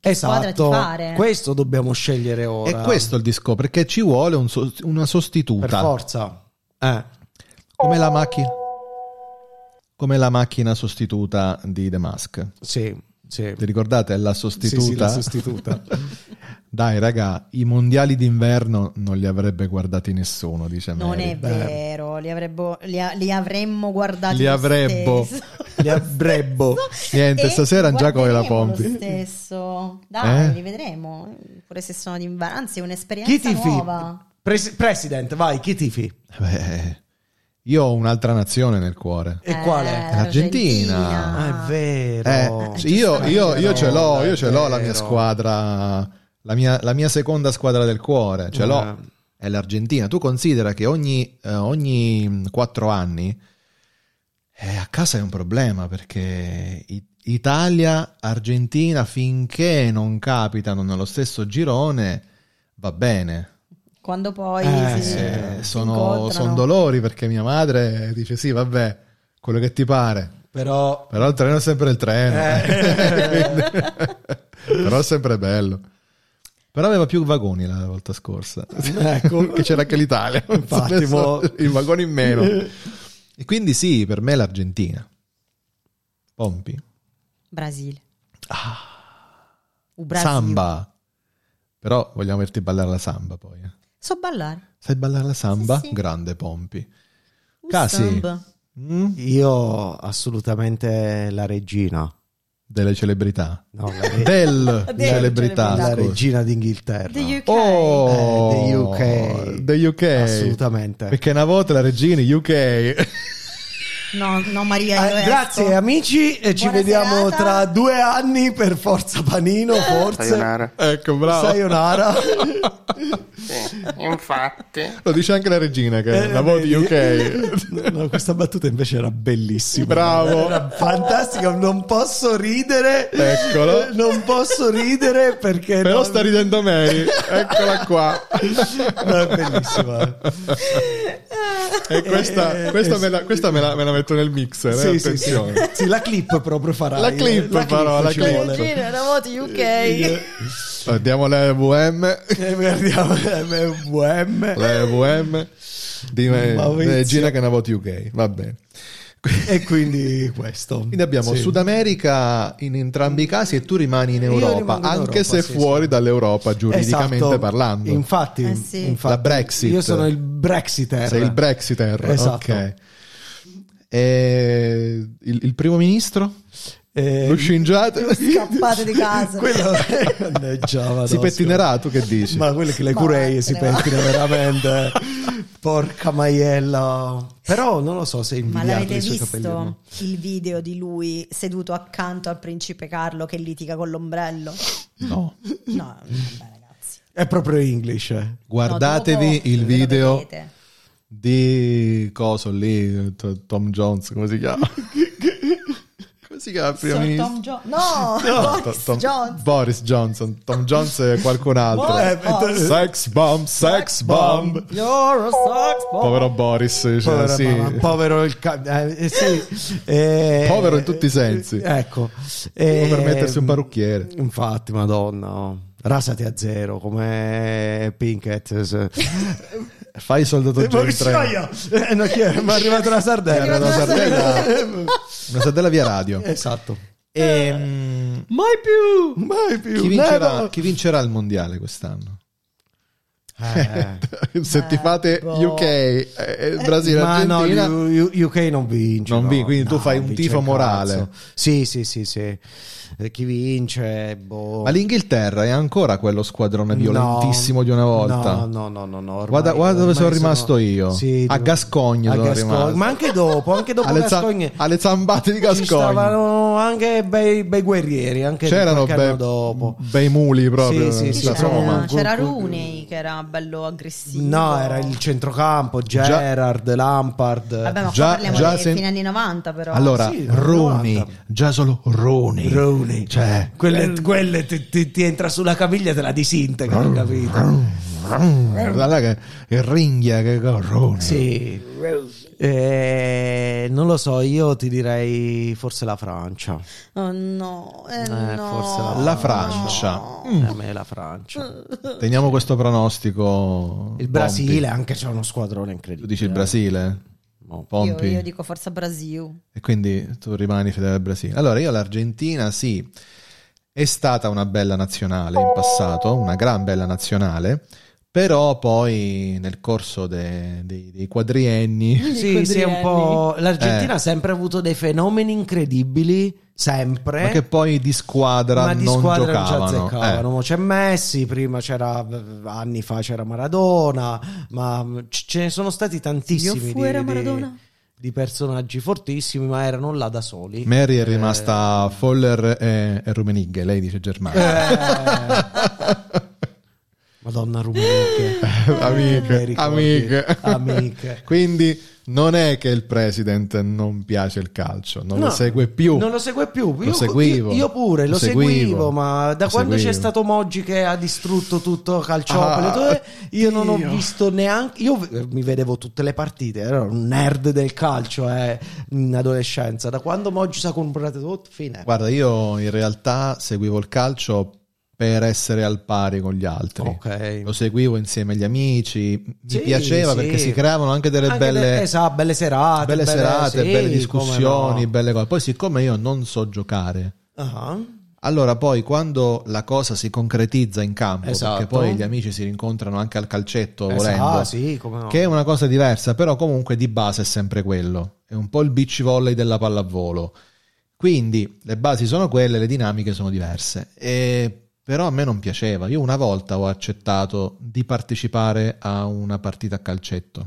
C: che squadra
B: Esatto,
C: fare.
B: questo dobbiamo scegliere
A: E
B: ora.
A: questo è il disco, perché ci vuole un so- una
B: per
A: sostituta.
B: forza. Eh.
A: Come la macchina. Come la macchina sostituta di The Mask.
B: Sì, sì.
A: Ti ricordate la
B: Sì,
A: sostituta?
B: sì, la sostituta.
A: Dai, raga, i mondiali d'inverno non li avrebbe guardati nessuno, dice
C: Non
A: Mary.
C: è
B: eh.
C: vero, li, avrebbo- li a- li avremmo guardati
A: Li
C: lo
A: avrebbo.
C: stesso.
B: Li avrebbo.
A: Niente,
C: E
A: stasera Giacomo e la
C: guarderemo
A: Pompi.
C: Lo stesso. Dai,
A: Eh?
C: li vedremo, pure se sono d'inverno, anzi è un'esperienza
B: Chi tifi?
C: nuova.
B: Pres- President, vai, chi tifi?
A: Eh, Beh, io ho un'altra nazione nel cuore.
B: E
C: Eh,
B: quale?
A: L'Argentina.
C: l'Argentina.
B: Ah, è Ah, vero.
A: Eh, sì, io, io- io ce l'ho, io ce l'ho la
B: È
A: mia
B: vero.
A: squadra la mia, la mia seconda squadra del cuore, ce l'ho,
B: Eh,
A: è l'Argentina. Tu considera che ogni, eh, ogni quattro anni eh, a casa è un problema perché I- Italia, Argentina, finché non capitano nello stesso girone, va bene.
C: Quando poi
B: Eh,
C: si,
B: sì,
A: Eh,
C: si
A: sono,
C: incontrano.
A: son dolori perché mia madre dice sì, vabbè, quello che ti pare.
B: Però
A: Però il treno è sempre il treno.
B: Eh.
A: Quindi- Però è sempre bello. Però aveva più vagoni la volta scorsa.
B: Ecco.
A: che c'era anche l'Italia.
B: Infatti,
A: Adesso
B: mo-
A: il vagone in meno. E quindi sì, per me è l'Argentina. Pompi.
C: Brasile. Ah.
A: Samba. Però vogliamo averti ballare la samba poi. eh.
C: So ballare.
A: Sai ballare la samba?
C: sì.
A: Grande Pompi.
C: Un
A: Casi.
C: samba.
A: Mm?
B: io assolutamente la regina.
A: Delle celebrità.
B: No, la, re-
A: Del
C: Del
A: Eh. celebrità.
B: la
C: celebrità.
A: scusa.
B: regina d'Inghilterra.
C: The UK.
A: Oh,
B: Eh, the UK.
A: The UK.
B: Assolutamente.
A: Perché una volta la regina UK.
C: No, no Maria,
B: Eh,
C: io esco.
B: grazie amici e ci
C: Buona
B: vediamo
C: serata.
B: tra due anni per Forza Panino, forse.
F: Sayonara.
A: ecco, bravo.
B: Sayonara.
F: Sì, infatti.
A: Lo dice anche la regina che è
B: Eh,
A: una volta
B: vedi?
A: UK.
B: No, questa battuta invece era bellissima.
A: Bravo.
B: Era fantastica, non posso ridere.
A: Eccolo.
B: Non posso ridere perché
A: Però
B: Eh, no-
A: sta ridendo Mary. Eccola qua.
B: No, è bellissima.
A: E questa,
B: Eh,
A: questa,
B: eh,
A: me, la, questa me, la, me la metto nel mixer. eh,
B: Sì, sì, sì.
A: attenzione.
B: Sì, la clip proprio farai.
A: La clip farò, la
B: ci
A: clip.
B: vuole.
C: Regina, una volta UK.
A: Guardiamo la VM.
B: Eh, guardiamo eh, VM.
A: La VM di me-
B: Maurizio.
A: regina che è una volta UK. Va bene.
B: E quindi questo.
A: Quindi abbiamo
B: Sì.
A: Sud America in entrambi i casi e tu rimani in
B: Io
A: Europa,
B: rimango in
A: anche
B: Europa,
A: se
B: sì,
A: fuori
B: sì.
A: dall'Europa giuridicamente
B: Esatto.
A: parlando.
B: Infatti,
C: Eh sì.
B: infatti.
A: La Brexit.
B: Io sono il Brexiter.
A: Sei il Brexiter.
B: Esatto.
A: ok. E il, il primo ministro?
B: Eh,
A: Lo scingiato?
C: Scappate di casa.
B: quello Mannaggia, vado,
A: Si pettinerà, tu che dici?
B: Ma quelle che le
C: Ma
B: curei si
C: se ne va.
B: pettina veramente. Porca maiella. Però non lo so se
C: Ma
B: invidiate
C: l'avete
B: i suoi capelli. o no.
C: visto il video di lui seduto accanto al principe Carlo che litiga con l'ombrello?
A: No.
C: No, vabbè, ragazzi.
B: È proprio English. eh.
A: Guardatevi
C: No, dopo
A: il
C: lo
A: video
C: vedete.
A: di coso lì, T- Tom Jones, come si chiama? come si chiama il primo
C: Sir
A: ministro?
C: Tom Jo- no, Boris
A: Tom-
C: Johnson.
A: Boris Johnson. Tom Jones e qualcun altro.
B: Eh, eh,
A: Sex bomb, sex bomb.
B: You're a sex bomb.
A: Povero Boris, dice,
B: Povero,
A: sì.
B: ma- povero il ca- eh, eh, sì, eh,
A: Povero in tutti i sensi.
B: Ecco.
A: per
B: eh,
A: mettersi un parrucchiere.
B: Infatti, madonna. oh. Rasati a zero come Pinkett. eh, se-
A: Fai il soldato
B: Eh,
A: Joe in
B: Ma
A: treno.
B: Mi è arrivata la
A: È
B: sardella.
A: arrivata la sardella. Una sardella via radio.
B: Esatto.
A: Ehm,
B: Mai più. Mai più.
A: chi, vincerà,
B: Never.
A: chi vincerà il mondiale quest'anno?
B: Eh.
A: Se ti fate
C: boh.
A: UK, eh, eh, Brasile,
B: Ma no,
A: Argentina,
B: U- U- UK non vince.
A: Non
B: no.
A: vince, quindi tu
B: No,
A: fai un
B: vince
A: tifo
B: il
A: morale.
B: cazzo. Sì, sì, sì, sì. Eh, chi vince? Boh.
A: ma l'Inghilterra è ancora quello squadrone
B: No,
A: violentissimo di una volta.
B: No, no, no, no. no, ormai-
A: Guarda, guarda dove
B: ormai
A: sono rimasto io.
B: Sì,
A: a
B: dove-
A: Gascogno
B: a
A: sono
B: Gascogno.
A: rimasto.
B: Ma anche dopo, anche dopo
A: alle, za-
B: Gascogno.
A: alle zambate di
B: Ci
A: Gascogno.
B: stavano anche bei, bei guerrieri. Anche
A: C'erano
B: qualche anno
A: be-
B: dopo.
A: bei muli proprio.
B: Sì, sì,
A: nella
B: sì,
C: Chi c'era?
A: Roma.
C: C'era Rooney che era bello aggressivo.
B: No, era il centrocampo, Gerard, Lampard.
C: Vabbè, ma
A: Già-
C: qua parliamo
A: già
C: dei
A: sen-
C: fine anni 90 però.
A: Allora,
B: Sì,
A: Rooney,
B: 90.
A: già solo Rooney.
B: Rooney.
A: Cioè,
B: Quelle, quelle ti, ti- ti entra sulla caviglia e te la
A: Ah,
B: disintegra, capito?
A: guarda là che, che ringhia che che Rooney.
B: Sì. Eh, non lo so, io ti direi forse la Francia.
C: Oh, no, eh,
B: Eh,
C: no. Mm.
B: forse la-
A: La Francia. Mm.
B: A me la
C: Ah.
B: Francia.
A: Teniamo questo pronostico.
B: Il Brasile,
A: Pompi.
B: anche c'è uno squadrone
A: Tu
B: incredibile. Eh,
A: dici il Brasile?
B: No.
C: Io,
A: Pompi.
C: io dico forza Brasil.
A: E quindi tu rimani fedele al Brasile. Allora, io l'Argentina sì, è stata una bella nazionale in passato, una gran bella nazionale, però poi nel corso de- dei- dei quadrienni
B: Sì, sì, è un po'. L'Argentina
A: Eh.
B: ha sempre avuto dei fenomeni incredibili, sempre.
A: ma che poi di squadra
B: ma di
A: non
B: squadra non ci
A: giocavano. eh.
B: azzeccavano. Mo C'è Messi, prima c'era anni fa c'era Maradona, ma c- ce ne sono stati tantissimi
C: Io
B: di,
C: fuera
B: di-
C: Maradona.
B: di personaggi fortissimi, ma erano là da soli.
A: Eh, Mary è
B: Eh,
A: rimasta Foller e, e Rummenigge, lei dice Germania.
B: eh, Madonna rumeniche.
A: Eh, amiche,
B: ricordi.
A: amiche.
B: eh, Amiche.
A: Quindi non è che il president non piace il calcio, non
B: No,
A: lo segue più.
B: Non lo segue più.
A: Lo
B: io,
A: seguivo.
B: io- io pure lo,
A: Lo
B: seguivo,
A: seguivo.
B: ma da
A: Lo
B: quando c'è
A: seguivo.
B: stato Moggi che ha distrutto tutto Calciopoli,
A: Ah,
B: io non ho
A: Dio.
B: visto neanche. Io v- eh, mi vedevo tutte le partite, ero un nerd del calcio eh, in adolescenza. Da quando Moggi si è comprato tutto, fine.
A: Guarda, io in realtà seguivo il calcio per essere al pari con gli altri.
B: Ok.
A: Lo seguivo insieme agli amici, mi
B: Sì,
A: piaceva
B: sì.
A: perché si creavano anche delle
B: Anche
A: belle,
B: de- esatto, belle serate,
A: belle, serate,
B: sì,
A: belle discussioni,
B: come
A: belle cose. Poi siccome io non so giocare,
B: no. Ah.
A: Allora, poi quando la cosa si concretizza in campo,
B: Esatto.
A: perché poi gli amici si rincontrano anche al calcetto
B: Esatto,
A: volendo,
B: sì, come no.
A: che è una cosa diversa, però comunque di base è sempre quello. È un po' il beach volley della pallavolo. Quindi le basi sono quelle, le dinamiche sono diverse. E- però a me non piaceva. Io una volta ho accettato di partecipare a una partita a calcetto.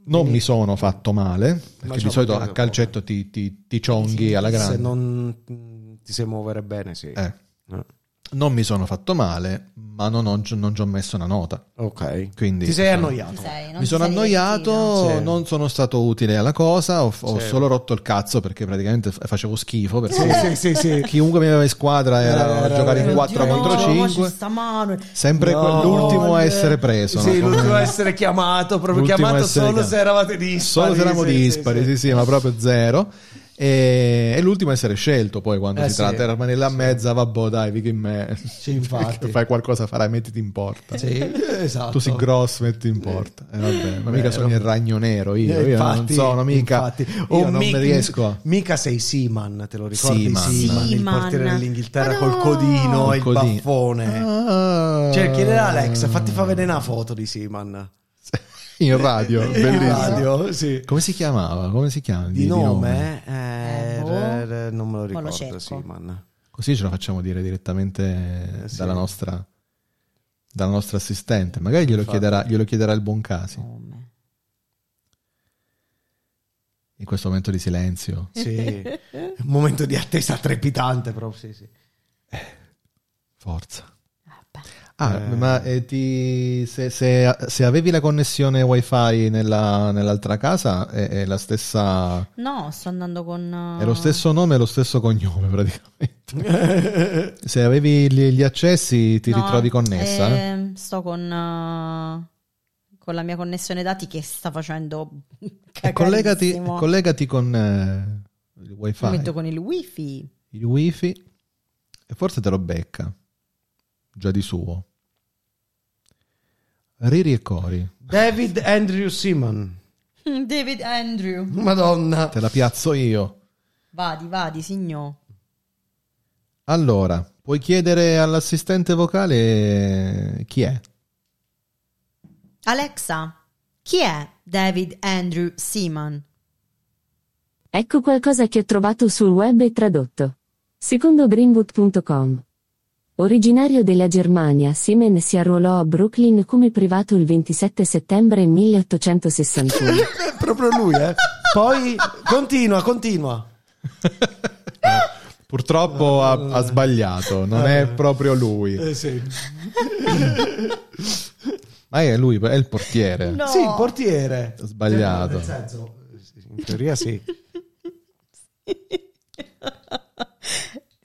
A: Non
B: Quindi-
A: mi sono fatto male,
B: Ma
A: perché
B: ciò
A: di solito
B: perché-
A: a calcetto ti, ti, ti cionghi alla grande.
B: Se non mm, ti sai muovere bene, sì.
A: Eh.
B: Eh.
A: Non mi sono fatto male, ma non, ho- non ci ho messo una nota.
B: Ok.
A: Quindi,
B: Ti sei
A: insomma,
B: annoiato.
C: Ti sei, non
A: Mi
C: ti
A: sono
C: sei divertito.
A: annoiato,
B: Sì.
A: non sono stato utile alla cosa, ho, ho
B: Sì.
A: solo rotto il cazzo perché praticamente f- facevo schifo. Perché
B: Sì, sì, sì, sì.
A: Chiunque mi aveva in squadra era a
B: Era-
A: giocare in
B: era-
A: 4
C: Oddio,
A: contro
C: no, ma
A: 5.
C: ci sta Manuel.
A: Sempre
B: No.
A: quell'ultimo a essere preso.
B: Sì,
A: no? Come-
B: l'ultimo a essere chiamato, proprio
A: L'ultimo
B: chiamato
A: essere
B: solo
A: chiamato.
B: se eravate dispari.
A: Solo se eravamo
B: sì, sì,
A: dispari, sì sì,
B: sì.
A: ma proprio zero. E, e l'ultimo a essere scelto poi quando
B: Eh,
A: si
B: sì.
A: tratta di rimanere là a mezza, vabbè dai, vivi in me.
B: Sì, infatti.
A: Fai qualcosa, farai, mettiti in porta.
B: Sì, esatto.
A: Tu sei grosso, metti in porta. Eh, vabbè, ma mica
B: Vero.
A: sono il ragno nero io,
B: Eh,
A: io non
B: infatti,
A: sono mica.
B: infatti.
A: Io
B: O
A: non
B: mi-
A: mi riesco. a-
B: Mica sei Seaman, te lo ricordi?
A: Seaman.
B: il
C: Seaman.
B: portiere dell'Inghilterra
C: Ma
B: col
C: no!
B: codino e il
A: Col codino.
B: baffone.
A: Ah.
B: Cioè, chiedere a Alex, fatti fa vedere una foto di Seaman.
A: in radio, bellissimo.
B: Radio, sì.
A: Come si chiamava? Come si chiama?
B: Di, nome, eh,
C: Eh, boh.
B: re- re- non me lo
C: Ma lo
B: ricordo,
C: cerco.
B: Seaman.
A: Così ce lo facciamo dire direttamente
B: Eh, sì.
A: dalla nostra dalla nostra assistente. Magari glielo
B: Infatti.
A: chiederà, glielo chiederà il buon casi
C: Come?
A: in questo momento di silenzio.
B: Sì. Un momento di attesa trepidante, proprio, sì, sì.
A: Forza.
C: Vabbè.
A: Ah,
B: Eh.
A: ma eh, ti- se, se- se avevi la connessione wifi nella- nell'altra casa è, è la stessa,
C: No, sto andando con... eh,
A: è lo stesso nome e lo stesso cognome praticamente. se avevi gli, gli accessi ti
C: No,
A: ritrovi connessa? eh?
C: ehm, Sto con... eh, con la mia connessione dati che sta facendo
A: E collegati,
C: cacarissimo.
A: collegati con eh, il
C: Mi
A: wifi,
C: metto con il wifi.
A: il wifi e forse te lo becca già di suo. Riri e Cori,
B: David Andrew Seaman.
C: David Andrew.
B: Madonna.
A: te la piazzo io.
C: Vadi, vadi, signor.
A: Allora, puoi chiedere all'assistente vocale eh, chi è?
C: Alexa, chi è David Andrew Seaman?
D: Ecco qualcosa che ho trovato sul web e tradotto. Secondo Greenwood.com. Originario della Germania, Siemens si arruolò a Brooklyn come privato il 27 settembre 1861.
B: È proprio lui, eh. Poi continua, continua.
A: Ah, Purtroppo ha, ha sbagliato, non è proprio lui.
B: Eh, sì.
A: Ma è lui, è il portiere.
C: No.
B: Sì, il portiere.
A: Sbagliato.
B: Nel senso, in teoria sì.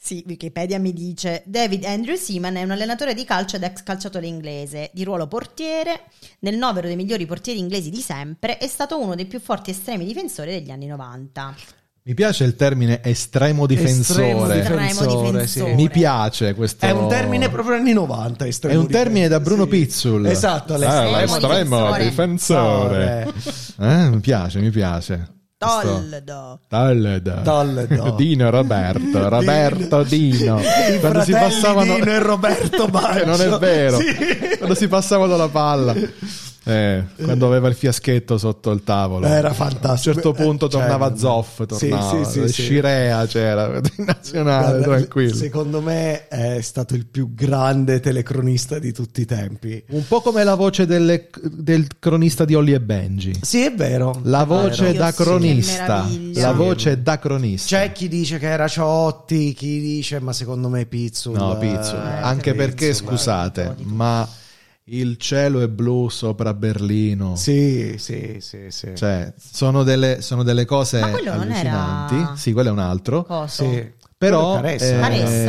C: Sì, Wikipedia mi dice David Andrew Seaman è un allenatore di calcio ed ex calciatore inglese, di ruolo portiere, nel novero dei migliori portieri inglesi di sempre, è stato uno dei più forti estremi difensori degli anni 90.
A: Mi piace il termine estremo
B: Estremo
A: difensore.
B: difensore,
C: difensore.
B: sì.
A: Mi piace questo.
B: È un termine proprio anni 90. estremo
A: È un termine da Bruno Pizzul.
B: Esatto,
A: Ah,
C: l'estremo
A: l'estremo difensore.
B: difensore.
A: Eh, mi piace, mi piace. Questo-
C: Toldo.
A: Toldo.
B: Toldo.
A: Dino Roberto, Roberto Dino.
B: I
A: Quando si
B: fratelli
A: passavano
B: Dino e Roberto Baggio.
A: non è Eh, vero.
B: Sì.
A: Quando si passavano la palla. Eh, quando aveva il fiaschetto sotto il tavolo.
G: Era fantastico.
A: A un certo punto
G: Cioè,
A: tornava Zoff,
G: sì,
A: tornava
G: sì, sì, sì.
A: Scirea c'era, in nazionale,
G: Guarda,
A: Ah, tranquillo.
G: Secondo me è stato il più grande telecronista di tutti i tempi.
A: Un po' come la voce delle- del cronista di Olly e Benji.
G: Sì, è vero.
A: La
G: è
A: voce
G: vero.
A: da
C: Sì, che
A: cronista.
C: meraviglia.
A: La
G: Sì.
A: voce da cronista.
B: C'è chi dice che era Ciotti, chi dice ma secondo me Pizzu.
A: No,
G: Eh,
A: Pizzo. Anche perché, scusate, ma il cielo è blu sopra Berlino.
G: Sì, sì, sì, sì.
A: Cioè, sono delle, sono delle cose
C: Ma quello non era-
A: allucinanti. Sì, quello è un altro.
C: Coso.
G: Sì.
A: Però,
G: Caressa.
A: eh,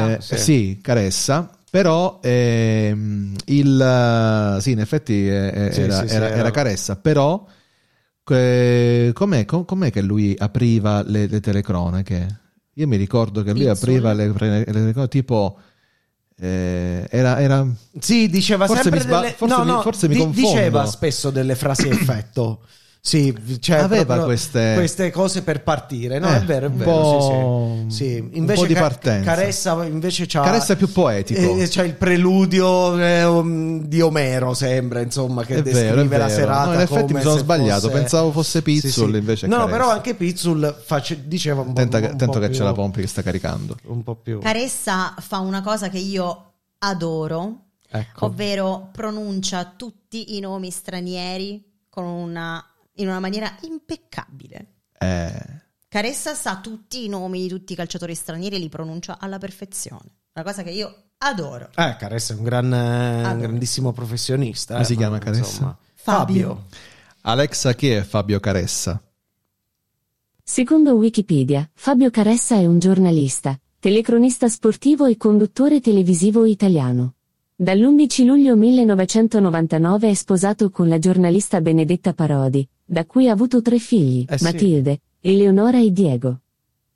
C: Caressa.
A: sì. Caressa. Però ehm, il eh, sì, in effetti eh, eh,
G: Sì,
A: era,
G: sì, sì,
A: era-
G: era-
A: era Caressa. Però eh, com'è, com- com'è che lui apriva le, le telecronache? Io mi ricordo che lui
C: Pizzol.
A: apriva le, pre- le telecronache tipo eh, era, era
B: Sì, diceva
A: Forse
B: sempre
A: mi sba-
B: delle...
A: forse
B: no,
A: mi-
B: no,
A: forse mi
B: di-
A: confondo.
B: Diceva spesso delle frasi a effetto. Sì, cioè
A: Aveva
B: proprio
A: queste-
B: queste cose per partire, no?
A: Eh,
B: è vero, è
A: un
B: vero.
A: po'-
B: sì, sì. Sì,
A: un
B: invece
A: po' di
B: Ca-
A: partenza.
B: Caressa invece c'ha...
A: Caressa è più poetico.
B: Ah, Eh, c'ha il preludio eh, um, di Omero, sembra, insomma, che
A: È vero,
B: descrive
A: è vero.
B: la serata.
A: No, in effetti
B: come
A: mi sono
B: se
A: sbagliato,
B: fosse-
A: pensavo fosse Pizzul, invece è
B: No,
A: Caressa.
B: però anche Pizzul face- diceva un po'...
A: Attenta
B: un
A: che-
B: po'
A: attento che
B: più-
A: c'è la pompa che sta caricando.
B: Un po' più...
C: Caressa fa una cosa che io adoro,
B: Ecco.
C: ovvero pronuncia tutti i nomi stranieri con una- in una maniera impeccabile.
A: Eh,
C: Caressa sa tutti i nomi di tutti i calciatori stranieri e li pronuncia alla perfezione. Una cosa che io adoro.
B: Eh, Caressa è un, gran, eh, un
C: Adoro.
B: grandissimo professionista.
A: Come
B: eh,
A: si chiama
B: ma,
A: Caressa?
B: insomma.
C: Fabio.
A: Alexa, chi è Fabio Caressa?
D: Secondo Wikipedia, Fabio Caressa è un giornalista, telecronista sportivo e conduttore televisivo italiano. Dall'11 luglio 1999 è sposato con la giornalista Benedetta Parodi, da cui ha avuto tre figli,
B: Eh sì.
D: Matilde, Eleonora e Diego.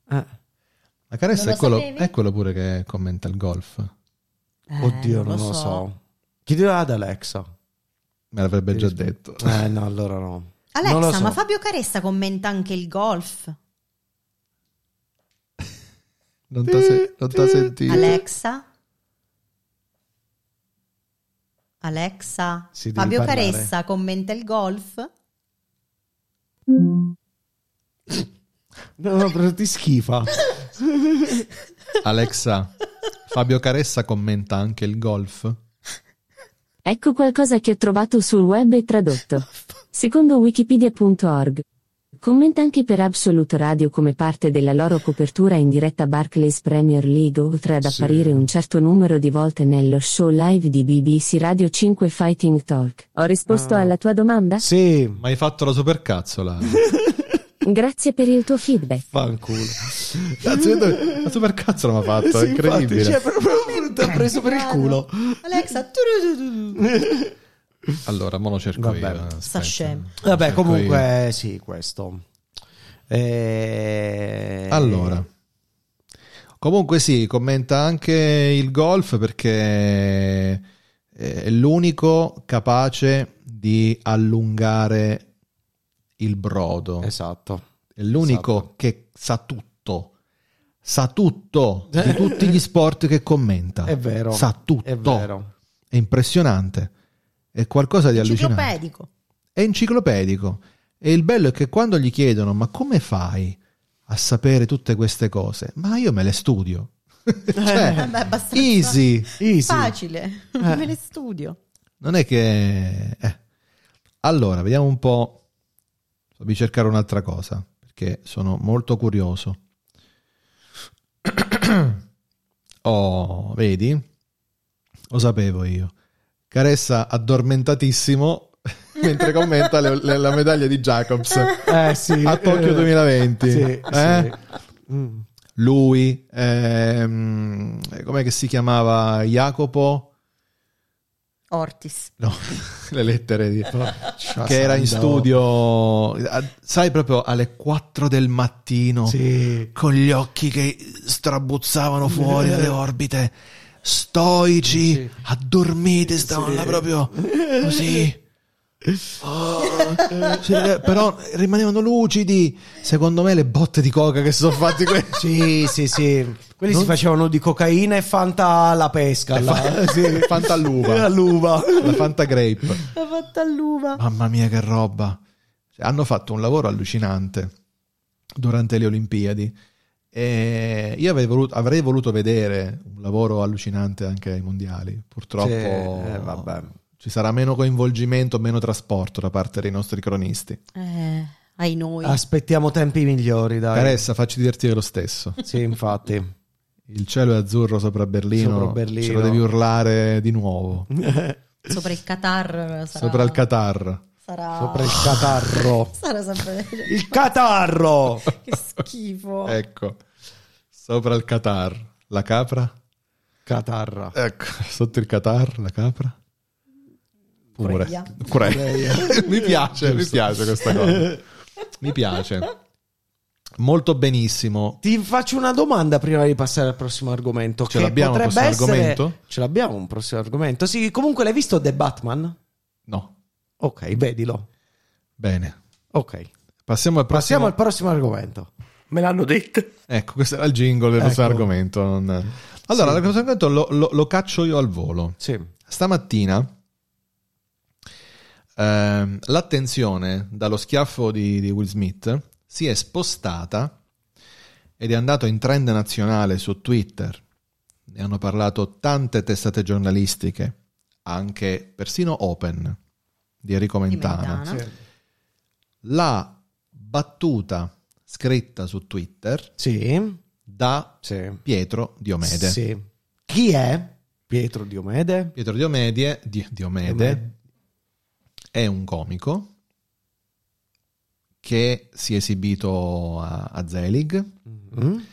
B: Ah,
A: Ma Caressa
C: Non
A: è
C: lo
A: quello,
C: sapevi?
A: è quello pure che commenta il golf.
C: Eh,
B: oddio, non lo so. Chiedilo ad Alexa.
A: Me l'avrebbe già
B: Sì.
A: detto.
B: Eh, no, allora no. Non lo
C: Alexa,
B: so.
C: ma Fabio Caressa commenta anche il golf.
A: Non t'ha se- non t'ha sentito.
C: Alexa. Alexa.
B: Sì, devi
C: Fabio
B: parlare.
C: Caressa commenta il golf.
B: No, no, però ti schifa.
A: Alexa, Fabio Caressa commenta anche il golf?
D: Ecco qualcosa che ho trovato sul web e tradotto. Secondo wikipedia.org. Commenta anche per Absolute Radio come parte della loro copertura in diretta Barclays Premier League, oltre ad
A: Sì.
D: apparire un certo numero di volte nello show live di BBC Radio 5 Fighting Talk. Ho risposto
B: Ah.
D: alla tua domanda?
B: sì,
A: Ma hai fatto la supercazzola?
D: Grazie per il tuo feedback.
B: fanculo.
A: Cazzo, io- la supercazzola mi ha fatto, è
B: Sì, infatti,
A: incredibile.
B: cioè, proprio ti ha preso per il culo.
C: Alexa. turududu.
A: Allora, mo lo cerco
B: Vabbè.
A: io. eh, aspetta.
C: Sta scemo.
B: Vabbè,
A: Cerco
B: comunque, sì, questo. Eh,
A: io. Allora. Comunque sì, commenta anche il golf perché è l'unico capace di allungare il brodo.
B: Esatto.
A: È l'unico
B: Esatto.
A: che sa tutto. Sa tutto di tutti gli sport che commenta.
B: È vero.
A: Ah. Sa tutto.
B: È vero.
A: È impressionante. È qualcosa di allucinante.
C: Enciclopedico.
A: È enciclopedico. E il bello è che quando gli chiedono "Ma come fai a sapere tutte queste cose?" "Ma io me le studio". cioè,
C: Eh, Vabbè, abbastanza
A: easy.
B: Easy. Eh.
C: facile. Me le studio.
A: Non è che eh. Allora, vediamo un po'. Fammi cercare un'altra cosa perché sono molto curioso. Oh, vedi? Lo sapevo io. Caressa addormentatissimo mentre commenta le- le- la medaglia di Jacobs
B: Eh, sì.
A: a Tokyo 2020.
B: Sì,
A: Eh?
B: sì. Mm.
A: Lui, ehm, com'è che si chiamava? Jacopo?
C: Ortis.
A: No, le lettere di... che
B: Sando.
A: era in studio, a- sai, proprio alle 4 del mattino,
B: Sì.
A: con gli occhi che strabuzzavano fuori dalle orbite, stoici, addormiti, stavano là proprio così. Oh, Cioè, però rimanevano lucidi. Secondo me le botte di coca che si sono fatti quelli.
B: Sì, sì, sì. Quelli
A: Non-
B: si facevano di cocaina e Fanta alla pesca. là.
A: fa- eh, sì, Fanta all'uva.
B: All'uva.
A: La Fanta Grape.
C: L'ha fatta all'uva.
A: Mamma mia, che roba! Cioè, hanno fatto un lavoro allucinante durante le Olimpiadi. E io avrei voluto, avrei voluto vedere un lavoro allucinante anche ai mondiali. Purtroppo
B: Sì, eh, vabbè.
A: ci sarà meno coinvolgimento, meno trasporto da parte dei nostri cronisti.
C: Eh, ai noi.
A: Ah,
B: Aspettiamo tempi migliori, dai.
A: Caressa, facci divertire lo stesso.
B: Sì, infatti.
A: Il cielo è azzurro sopra Berlino,
B: Sopra Berlino.
A: ce lo devi urlare di nuovo.
C: Sopra il Qatar. Sarà,
A: Sopra il Qatar.
C: Sarà...
B: Sopra il catarro.
C: Sarà sempre...
B: Il catarro!
C: che schifo.
A: Ecco, sopra il Qatar. La capra?
B: Catarra.
A: Ecco, sotto il Qatar, la capra. Pure.
C: Cureia.
A: Cureia. mi piace, mi piace questa cosa. Mi piace. Molto benissimo.
B: Ti faccio una domanda prima di passare al prossimo argomento.
A: Ce
B: che
A: l'abbiamo il
B: potrebbe
A: prossimo
B: essere-
A: argomento?
B: Ce l'abbiamo un prossimo argomento. Sì, comunque l'hai visto The Batman?
A: No,
B: Ok, vedilo.
A: bene.
B: Ok.
A: Passiamo al prossimo.
B: Passiamo al prossimo argomento.
F: Me l'hanno detto.
A: Ecco, questo era il jingle del nostro
B: Ecco.
A: argomento. non- Allora, il prossimo argomento lo, lo- lo caccio io al volo.
B: Sì.
A: Stamattina ehm, l'attenzione dallo schiaffo di, di Will Smith si è spostata ed è andato in trend nazionale su Twitter. Ne hanno parlato tante testate giornalistiche, anche persino Open di Enrico
C: Di
A: Mentana
B: Ah.
C: Mentana.
A: la battuta scritta su Twitter
B: Sì.
A: da
B: Sì.
A: Pietro Diomede.
B: Sì. Chi è? Pietro Diomede.
A: Pietro Diomede, Di- Diomede
B: Diomede.
A: è un comico che si è esibito a, a Zelig
B: Mhm.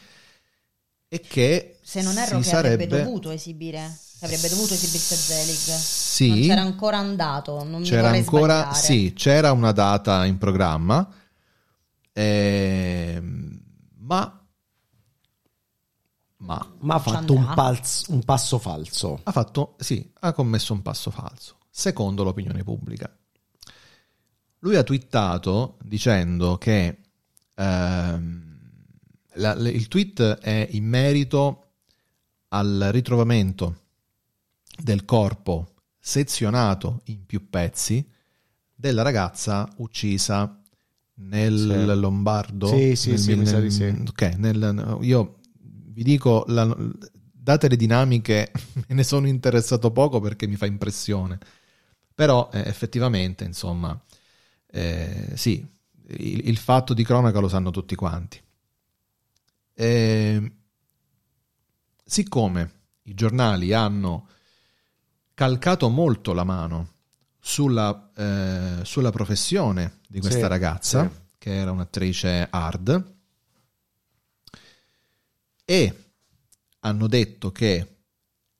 A: e che
C: Se non erro
A: si
C: che
A: sarebbe
C: avrebbe dovuto esibire. Avrebbe dovuto esibirsi a Zelig.
A: Sì.
C: Non c'era ancora andato, non mi
A: c'era
C: vorrei
A: ancora
C: sbagliare.
A: sì, c'era una data in programma ehm, ma ma
B: Ma ha
C: Ci
B: fatto un,
C: andrà.
B: pals- un passo falso.
A: ha fatto, sì, ha commesso un passo falso, secondo l'opinione pubblica. Lui ha twittato dicendo che ehm, la- le- il tweet è in merito al ritrovamento del corpo sezionato in più pezzi della ragazza uccisa nel
B: Sì.
A: Lombardo.
B: Sì, sì,
A: nel
B: sì,
A: mil-
B: mi sa di sì.
A: Ok, nel- io vi dico, la- date le dinamiche, me ne sono interessato poco perché mi fa impressione. Però eh, effettivamente, insomma, eh, sì, il, il fatto di cronaca lo sanno tutti quanti. Eh, siccome i giornali hanno calcato molto la mano sulla, eh, sulla professione di questa
B: Sì,
A: ragazza,
B: sì.
A: che era un'attrice hard, e hanno detto che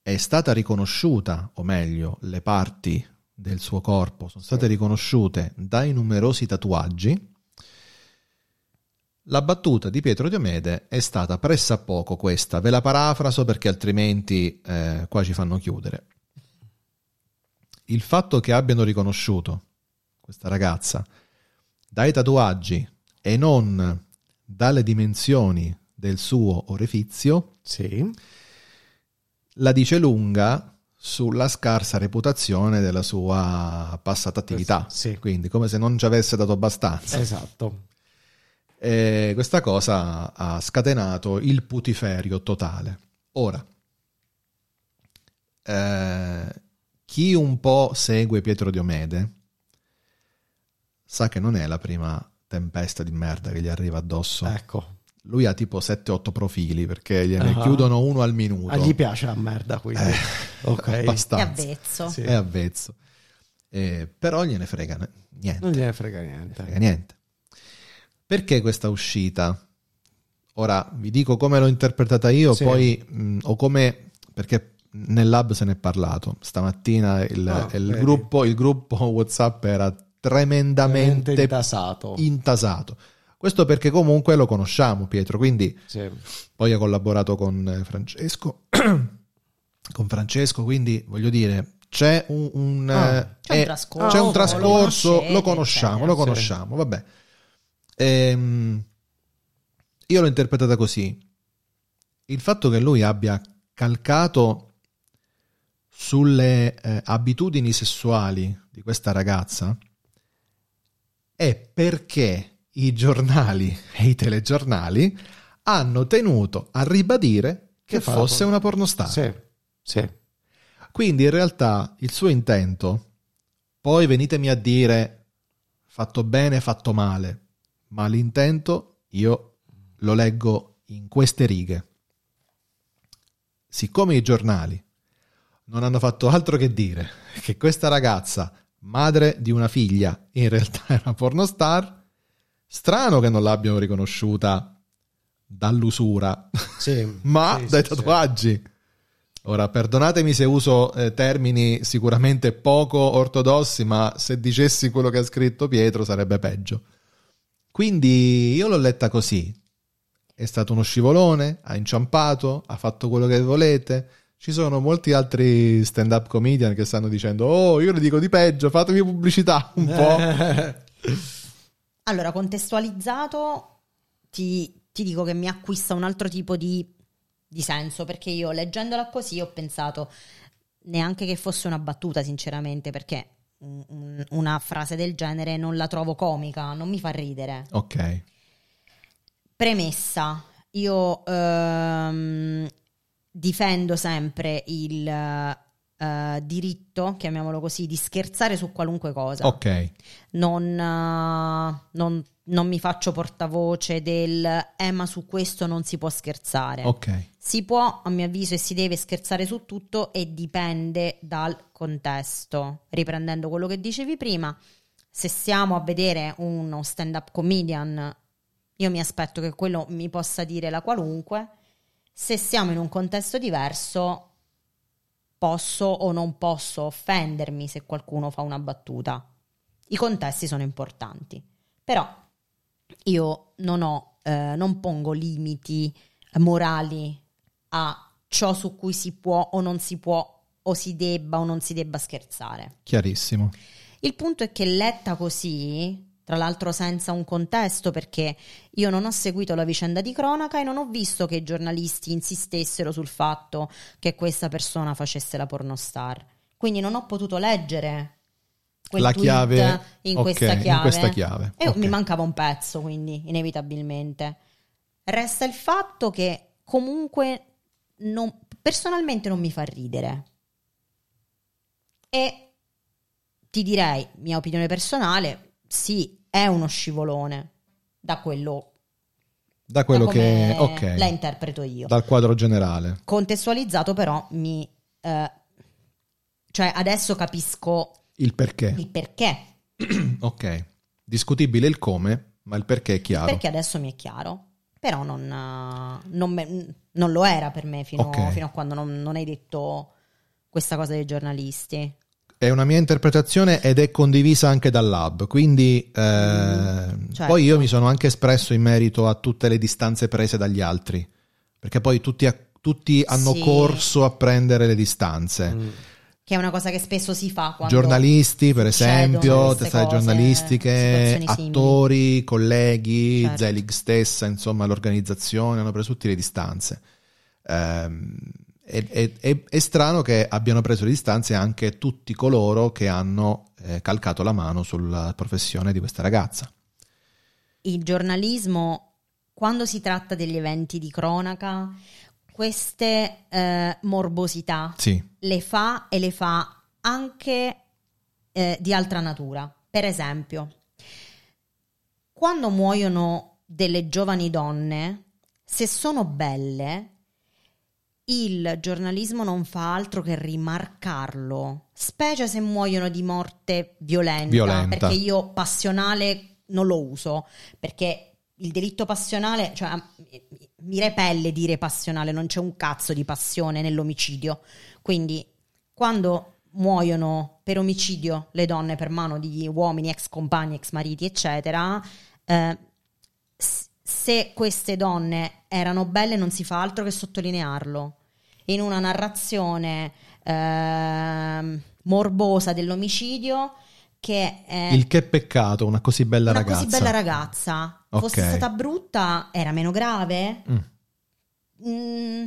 A: è stata riconosciuta, o meglio, le parti del suo corpo sono state riconosciute dai numerosi tatuaggi. La battuta di Pietro Diomede è stata pressappoco questa, ve la parafraso perché altrimenti eh, qua ci fanno chiudere. Il fatto che abbiano riconosciuto questa ragazza dai tatuaggi e non dalle dimensioni del suo orifizio
B: Sì.
A: la dice lunga sulla scarsa reputazione della sua passata attività.
B: Eh Sì.
A: Quindi, come se non ci avesse dato abbastanza.
B: Esatto.
A: E Eh, questa cosa ha scatenato il putiferio totale. Ora, eh, chi un po' segue Pietro Diomede sa che non è la prima tempesta di merda che gli arriva addosso.
B: Ecco.
A: Lui ha tipo 7-8 profili perché gliene
B: Ah.
A: chiudono uno al minuto.
B: Ah, gli piace la merda, quindi.
A: Eh.
B: ok.
C: Che
A: Abbastanza.
C: avvezzo.
B: Sì.
A: è avvezzo. Eh, però gliene frega ne- niente.
B: Non gliene frega
A: frega
B: niente.
A: niente. Perché questa uscita? Ora vi dico come l'ho interpretata io,
B: Sì.
A: poi mh, o come perché nel lab se ne è parlato. Stamattina il,
B: Ah,
A: il
B: vedi.
A: gruppo, il gruppo WhatsApp era tremendamente
B: Veramente tasato.
A: intasato. Questo perché comunque lo conosciamo, Pietro, quindi
B: Sì.
A: poi ha collaborato con eh, Francesco con Francesco quindi voglio dire c'è un, un,
B: Ah,
A: eh,
C: c'è un
A: eh,
C: trascorso,
A: c'è un
C: lo
A: trascorso,
C: conoscete,
A: lo conosciamo, lo
C: cioè,
A: conosciamo, vabbè. Ehm, io l'ho interpretata così. Il fatto che lui abbia calcato sulle eh, abitudini sessuali di questa ragazza è perché i giornali e i telegiornali hanno tenuto a ribadire che,
G: Che fa la
A: fosse
G: porno-
A: una pornostar.
G: Sì, sì.
A: Quindi in realtà il suo intento, poi venitemi a dire fatto bene, fatto male, ma l'intento io lo leggo in queste righe. Siccome i giornali non hanno fatto altro che dire che questa ragazza, madre di una figlia, in realtà è una pornostar, strano che non l'abbiano riconosciuta dall'usura
B: Sì.
A: ma
B: Sì,
A: dai
B: sì,
A: tatuaggi. Ora, perdonatemi se uso eh, termini sicuramente poco ortodossi, ma se dicessi quello che ha scritto Pietro sarebbe peggio. Quindi io l'ho letta così. È stato uno scivolone, ha inciampato, ha fatto quello che volete. Ci sono molti altri stand-up comedian che stanno dicendo «Oh, io le dico di peggio, fatemi pubblicità un po'».
C: Allora, contestualizzato, ti, ti dico che mi acquista un altro tipo di, di senso, perché io leggendola così ho pensato neanche che fosse una battuta, sinceramente, perché un- un- una frase del genere non la trovo comica, non mi fa ridere.
A: Ok.
C: Premessa, io ehm, difendo sempre il eh, diritto, chiamiamolo così, di scherzare su qualunque cosa
A: Ok.
C: non, eh, non- non mi faccio portavoce del eh ma su questo non si può scherzare.
A: Ok.
C: Si può, a mio avviso, e si deve scherzare su tutto e dipende dal contesto. Riprendendo quello che dicevi prima, se stiamo a vedere uno stand-up comedian, io mi aspetto che quello mi possa dire la qualunque. Se siamo in un contesto diverso, posso o non posso offendermi se qualcuno fa una battuta. I contesti sono importanti, però io non ho, eh, non pongo limiti morali a ciò su cui si può o non si può o si debba o non si debba scherzare.
A: Chiarissimo.
C: Il punto è che letta così, tra l'altro senza un contesto, perché io non ho seguito la vicenda di cronaca e non ho visto che i giornalisti insistessero sul fatto che questa persona facesse la pornostar. Quindi non ho potuto leggere quel
A: La
C: tweet
A: chiave-
C: in
A: ok,
C: questa chiave.
A: In questa chiave.
C: E
A: Ok.
C: mi mancava un pezzo, quindi inevitabilmente. Resta il fatto che comunque non- personalmente non mi fa ridere. E ti direi, mia opinione personale, sì, è uno scivolone da quello,
A: Da quello
C: da
A: che...
C: come
A: Ok.
C: la interpreto io.
A: Dal quadro generale.
C: Contestualizzato però mi... eh, cioè adesso capisco
A: Il perché.
C: il perché
A: ok, discutibile il come, ma il perché è chiaro.
C: Perché adesso mi è chiaro. Però non, eh, non me- non lo era per me fino,
A: Ok.
C: fino a quando non, non hai detto questa cosa dei giornalisti.
A: È una mia interpretazione ed è condivisa anche dal lab, quindi eh,
C: certo.
A: poi io mi sono anche espresso in merito a tutte le distanze prese dagli altri, perché poi tutti, a- tutti hanno
C: Sì.
A: corso a prendere le distanze.
B: Mm.
C: Che è una cosa che spesso si fa quando...
A: giornalisti, per
C: succedono
A: esempio,
C: queste
A: testate
C: cose,
A: giornalistiche,
C: situazioni simili.
A: attori, colleghi,
C: Certo.
A: Zelig stessa, insomma, l'organizzazione hanno preso tutte le distanze. Ehm, è, è- è- è strano che abbiano preso le distanze anche tutti coloro che hanno eh, calcato la mano sulla professione di questa ragazza.
C: il giornalismo, quando si tratta degli eventi di cronaca, queste eh, morbosità
A: Sì,
C: le fa e le fa anche eh, di altra natura. Per esempio, quando muoiono delle giovani donne, se sono belle, il giornalismo non fa altro che rimarcarlo, specie se muoiono di morte violenta,
A: Violenta.
C: perché io passionale non lo uso, perché il delitto passionale, cioè mi repelle dire passionale, non c'è un cazzo di passione nell'omicidio. Quindi quando muoiono per omicidio le donne per mano di uomini, ex compagni, ex mariti, eccetera, eh, s- se queste donne erano belle non si fa altro che sottolinearlo in una narrazione ehm, morbosa dell'omicidio che è
A: Il che peccato, una così bella
C: Eh. una
A: ragazza.
C: così bella ragazza.
A: Ok.
C: Fosse stata brutta, era meno grave.
A: Mm,
C: Mm,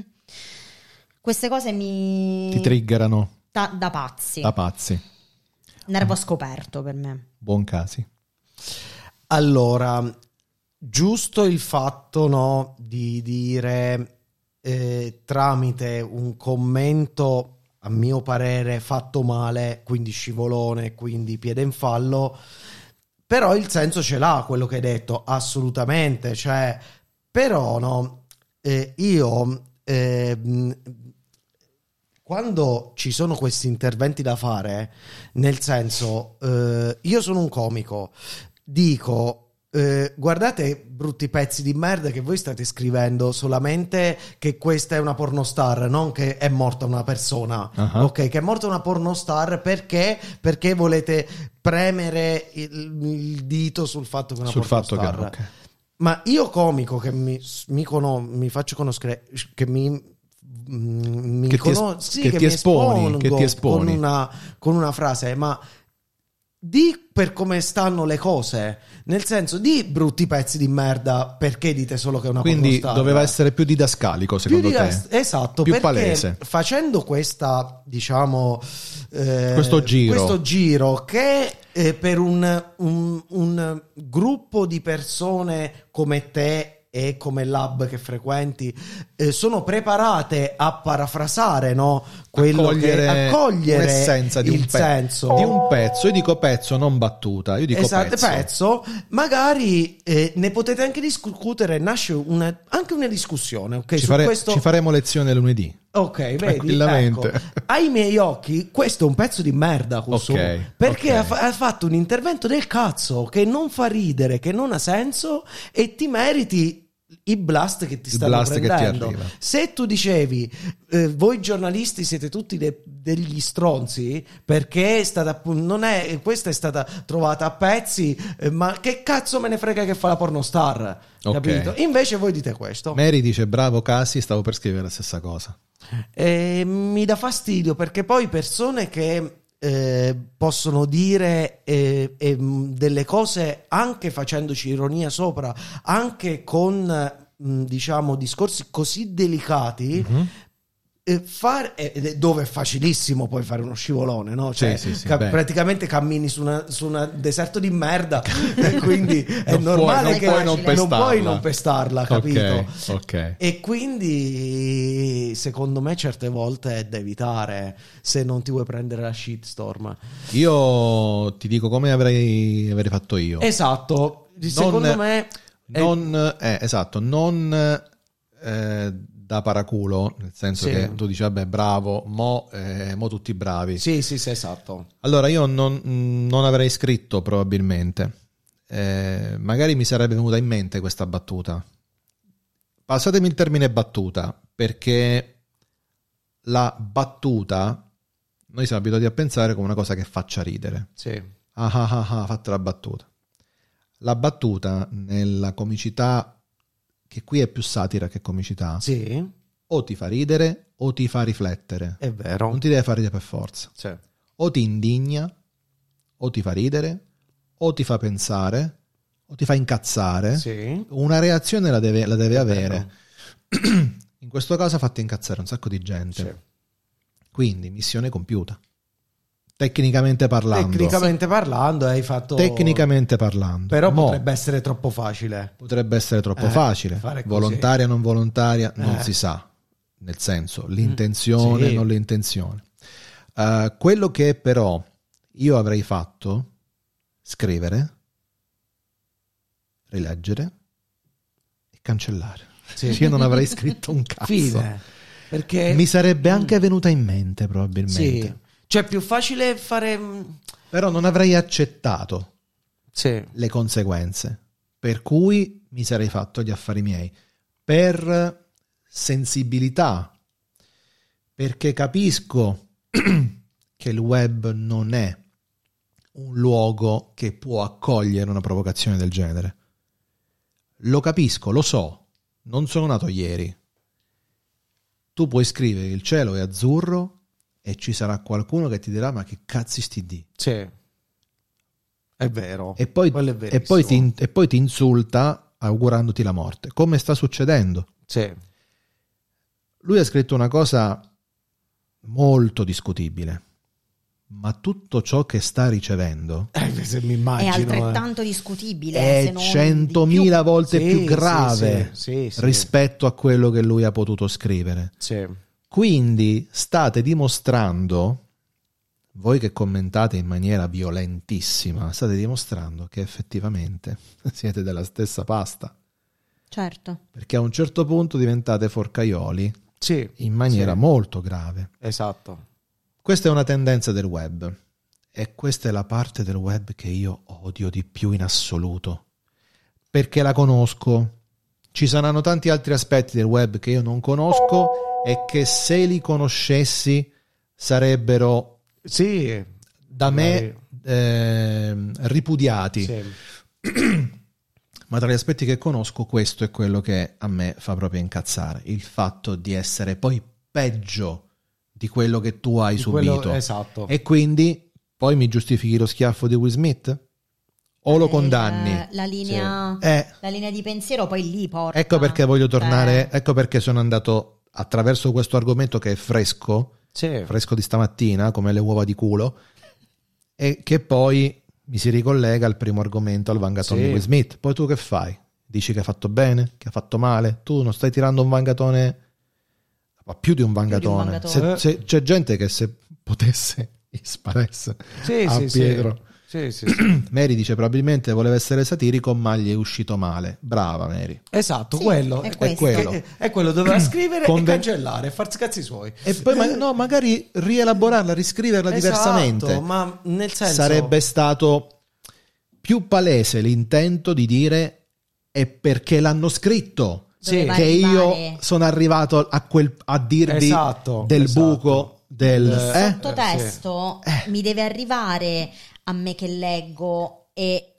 C: queste cose mi...
A: Ti triggerano
C: da, da pazzi.
A: da pazzi.
C: Nervo scoperto per me.
A: Buon casi.
B: Allora, giusto il fatto no, di dire eh, tramite un commento, a mio parere, fatto male, quindi scivolone, quindi piede in fallo, però il senso ce l'ha quello che hai detto, assolutamente, cioè, però no, eh, io... eh, mh, quando ci sono questi interventi da fare, nel senso, eh, io sono un comico, dico eh, guardate brutti pezzi di merda che voi state scrivendo solamente che questa è una pornostar non che è morta una persona
A: Ah.
B: ok che è morta una pornostar perché perché volete premere il, il dito sul fatto che è una
A: Sul fatto che...
B: pornostar
A: ok.
B: ma io comico che mi, mi, cono- mi faccio conoscere, che mi, mm, mi
A: Che ti es-
B: cono- sì,
A: che ti
B: mi
A: esponi,
B: espongo
A: che ti esponi.
B: Con, una, con una frase, ma di per come stanno le cose, nel senso di brutti pezzi di merda perché dite solo che è una
A: Quindi
B: pornostar?
A: doveva essere più didascalico,
B: più
A: secondo
B: didas-
A: te?
B: esatto,
A: Più
B: perché
A: palese.
B: facendo questa, diciamo, eh,
A: Questo giro.
B: questo giro che eh, per un, un- un gruppo di persone come te e come lab che frequenti eh, sono preparate a parafrasare, no? Quello che accogliere
A: l'essenza di un
B: il
A: pezzo,
B: senso
A: di un pezzo. Io dico pezzo, non battuta. Io dico
B: esatto,
A: pezzo.
B: pezzo, magari eh, ne potete anche discutere, nasce una- anche una discussione, ok?
A: Ci,
B: Su
A: fare-
B: questo
A: ci faremo lezione lunedì.
B: Ok, vedi,
A: Tranquillamente.
B: ecco, ai miei occhi questo è un pezzo di merda, Kusum,
A: Ok,
B: perché
A: ok.
B: Ha, fa- ha fatto un intervento del cazzo che non fa ridere, che non ha senso e ti meriti i blast che ti
A: Il
B: stanno
A: blast che ti
B: prendendo.
A: arriva.
B: Se tu dicevi eh, voi giornalisti siete tutti de- degli stronzi perché è stata appu- non è eh, questa è stata trovata a pezzi, eh, ma che cazzo me ne frega che fa la pornostar?
A: Ok.
B: Capito? Invece voi dite questo.
A: Mary dice: Bravo, Casi, stavo per scrivere la stessa cosa.
B: Eh, mi dà fastidio perché poi persone che eh, possono dire eh, ehm, delle cose anche facendoci ironia sopra, anche con eh, mh, diciamo discorsi così delicati.
A: Mhm.
B: eh, fare- eh, ed è- dove è facilissimo poi fare uno scivolone, no? Cioè,
A: Sì, sì, sì,
B: ca-
A: beh.
B: praticamente cammini su una- su un deserto di merda, e quindi è
A: Non puoi-
B: normale
A: non
B: che
A: puoi non
B: puoi
A: pestarla.
B: non pestarla, capito?
A: Ok, ok.
B: E quindi secondo me certe volte è da evitare se non ti vuoi prendere la shitstorm.
A: Io ti dico come avrei, avrei fatto io.
B: Esatto, secondo me è-
A: non, eh, esatto, non eh, da paraculo, nel senso
B: Sì.
A: che tu dici, vabbè, bravo, mo, eh, mo tutti bravi.
B: Sì, sì, sì, esatto.
A: Allora, io non, non avrei scritto probabilmente. Eh, magari mi sarebbe venuta in mente questa battuta. Passatemi il termine battuta, perché la battuta noi siamo abituati a pensare come una cosa che faccia ridere.
B: Sì.
A: Ah ah ah, ah, ha fatto la battuta. La battuta nella comicità, che qui è più satira che comicità,
B: Sì, Eh.
A: o ti fa ridere o ti fa riflettere.
B: è vero.
A: Non ti deve far ridere per forza
B: Sì.
A: o ti indigna, o ti fa ridere, o ti fa pensare, o ti fa incazzare.
B: Sì. Eh,
A: Una reazione la deve, la deve
B: È
A: avere. In questo caso ha fatto incazzare un sacco di gente.
B: Sì.
A: Quindi, missione compiuta. Tecnicamente parlando.
B: Tecnicamente parlando hai fatto
A: Tecnicamente parlando.
B: però
A: Mo,
B: potrebbe essere troppo facile.
A: potrebbe essere troppo
B: Eh,
A: facile.
B: fare così.
A: Volontaria o non volontaria, non
B: Eh. Mm.
A: si sa. Nel senso, l'intenzione
B: Sì.
A: non l'intenzione. Eh, quello che però io avrei fatto, scrivere, rileggere e cancellare.
B: Sì.
A: Io non avrei scritto un cazzo.
B: Fine. Perché
A: Mi sarebbe anche
B: Mm.
A: venuta in mente probabilmente.
B: Sì. Cioè è più facile fare
A: Però non avrei accettato
B: Sì.
A: le conseguenze. Per cui mi sarei fatto gli affari miei. Per sensibilità, perché capisco che il web non è un luogo che può accogliere una provocazione del genere. Lo capisco, lo so, non sono nato ieri. Tu puoi scrivere il cielo è azzurro e ci sarà qualcuno che ti dirà ma che cazzi sti di.
B: Sì. È vero.
A: E poi,
B: Quello è
A: e
B: verissimo.
A: poi ti, in- e poi ti insulta augurandoti la morte, come sta succedendo.
B: Sì.
A: Lui ha scritto una cosa molto discutibile, ma tutto ciò che sta ricevendo
B: Eh, se mi
C: È
B: immagino. eh.
C: altrettanto discutibile. se
A: è
C: non di più.
A: 100.000 volte
B: Sì,
A: più
B: sì,
A: grave
B: sì, sì, sì.
A: rispetto a quello che lui ha potuto scrivere.
B: Sì.
A: Quindi state dimostrando, voi che commentate in maniera violentissima, state dimostrando che effettivamente siete della stessa pasta,
C: Certo.
A: perché a un certo punto diventate forcaioli
B: Sì,
A: in maniera
B: Sì.
A: molto grave.
B: esatto.
A: Questa è una tendenza del web e questa è la parte del web che io odio di più in assoluto, perché la conosco. Ci saranno tanti altri aspetti del web che io non conosco e che se li conoscessi sarebbero
B: Sì,
A: da me ehm, ripudiati.
B: sì.
A: Ma tra gli aspetti che conosco, questo è quello che a me fa proprio incazzare, il fatto di essere poi peggio di quello che tu hai
B: Di
A: subito.
B: quello- esatto.
A: E quindi poi mi giustifichi lo schiaffo di Will Smith? O lo
C: Eh,
A: condanni?
C: La linea,
A: Eh,
C: la linea di pensiero poi lì porta.
A: ecco perché voglio tornare,
C: Cioè,
A: ecco perché sono andato attraverso questo argomento che è fresco,
B: Sì.
A: fresco di stamattina, come le uova di culo, e che poi mi si ricollega al primo argomento, al vangatone
B: Sì.
A: di Will Smith. Poi tu che fai? Dici che ha fatto bene, che ha fatto male? Tu non stai tirando un vangatone, ma più di un vangatone.
C: vangatone.
A: Se- se- c'è gente che se potesse gli sparesse
B: Sì,
A: a
B: sì, sì.
A: Ah, Pietro.
B: Sì, sì, sì.
A: Mary dice probabilmente voleva essere satirico, ma gli è uscito male. Brava Mary.
B: Esatto,
C: Sì,
B: quello
C: è
B: è,
C: questo.
A: quello.
B: è- è quello doveva scrivere
A: Conven-
B: e cancellare, e farsi i cazzi suoi.
A: E poi ma- no, magari rielaborarla, riscriverla diversamente.
B: Esatto, ma nel senso
A: Sarebbe stato più palese l'intento di dire è perché l'hanno scritto
B: sì,
C: Doveva
A: che
C: arrivare-
A: io sono arrivato a, quel, a dirvi
B: Esatto,
A: del
B: esatto.
A: buco, del...
B: Il
A: eh?
B: sotto-
C: sottotesto mi deve arrivare a me che leggo e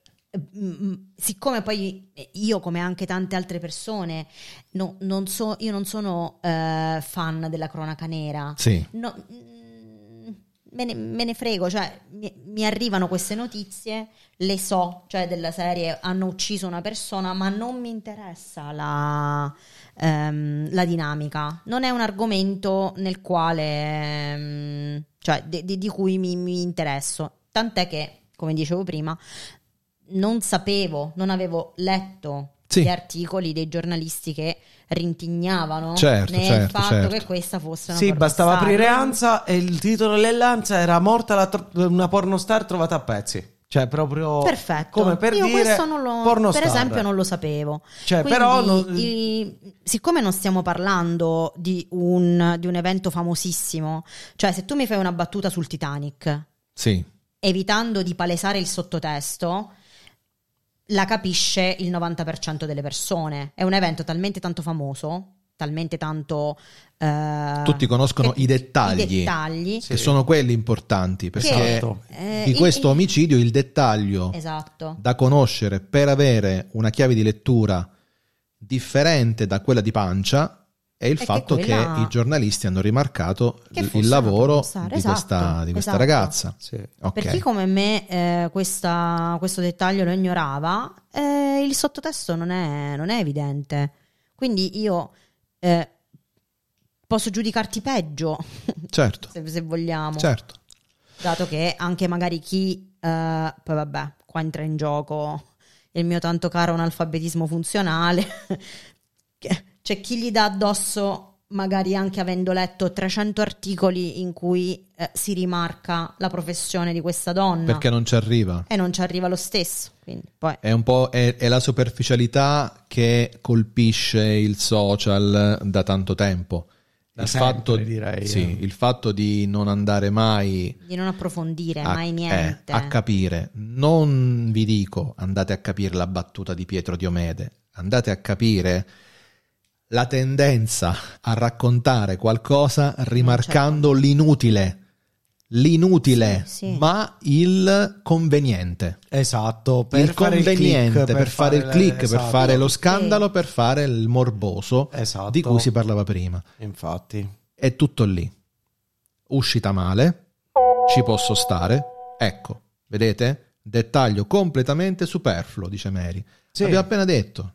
C: mm, siccome poi io come anche tante altre persone no- non so, io non sono eh, fan della cronaca nera
A: Sì.
C: No, mm, me, ne, me ne frego, cioè mi, mi arrivano queste notizie, le so, cioè della serie hanno ucciso una persona, ma non mi interessa la, ehm, la dinamica. Non è un argomento nel quale, ehm, cioè di, di- di cui mi, mi interesso. Tant'è che, come dicevo prima, non sapevo, non avevo letto.
A: Sì.
C: Gli articoli dei giornalisti che rintignavano
A: Certo,
C: nel
A: certo,
C: fatto
A: certo.
C: che questa fosse una
B: Sì,
C: porno
B: bastava
C: star.
B: aprire Anza e il titolo dell'Anza era morta la tro- una pornostar trovata a pezzi. Cioè, proprio
C: Perfetto.
B: come per
C: Io
B: dire
C: questo non lo,
B: pornostar.
C: per esempio non lo sapevo.
B: Cioè,
C: Quindi,
B: però non-
C: i- siccome non stiamo parlando di un, di un evento famosissimo, cioè se tu mi fai una battuta sul Titanic,
A: Sì.
C: evitando di palesare il sottotesto, la capisce il 90% delle persone. È un evento talmente tanto famoso, talmente tanto... eh,
A: Tutti conoscono
C: che-
A: i dettagli.
C: i dettagli
A: Che sono quelli importanti,
C: che,
A: perché
B: Esatto.
C: eh,
A: di
C: il-
A: questo
C: il-
A: omicidio il dettaglio
C: Esatto.
A: da conoscere per avere una chiave di lettura differente da quella di pancia è il
C: che
A: fatto che,
C: quella-
A: i giornalisti hanno rimarcato
C: Che
A: il-
C: fosse
A: il
C: una
A: lavoro
C: pornostar,
A: di
C: esatto,
A: questa, di questa
C: esatto.
A: ragazza.
B: Sì.
A: Ok.
C: Per chi come me eh, questa- questo dettaglio lo ignorava, eh, il sottotesto non è, non è evidente. Quindi io eh, posso giudicarti peggio,
A: Certo,
C: se, se vogliamo,
A: certo.
C: dato che anche magari chi, eh, poi vabbè, qua entra in gioco il mio tanto caro analfabetismo funzionale, che- c'è chi gli dà addosso magari anche avendo letto 300 articoli in cui eh, si rimarca la professione di questa donna
A: Perché non ci arriva.
C: e non ci arriva lo stesso. Quindi poi
A: È un po' è, è la superficialità che colpisce il social da tanto tempo.
B: Da sempre, direi,
A: sì,
B: eh.
A: il fatto di non andare mai
C: di non approfondire
A: a-
C: mai
A: eh,
C: niente.
A: a capire. Non vi dico andate a capire la battuta di Pietro Diomede, andate a capire la tendenza a raccontare
C: Ah,
A: qualcosa
C: certo.
A: rimarcando l'inutile, l'inutile,
C: Sì, sì.
A: ma il conveniente.
B: Esatto, per
A: il
B: fare il click,
A: conveniente per, fare il
B: le-
A: click, per
B: esatto.
A: fare lo scandalo, per fare il morboso
B: Esatto.
A: di cui si parlava prima.
B: Infatti.
A: È tutto lì. uscita male, ci posso stare. Ecco, vedete? Dettaglio completamente superfluo, dice Mary.
B: Sì.
A: Abbiamo appena detto.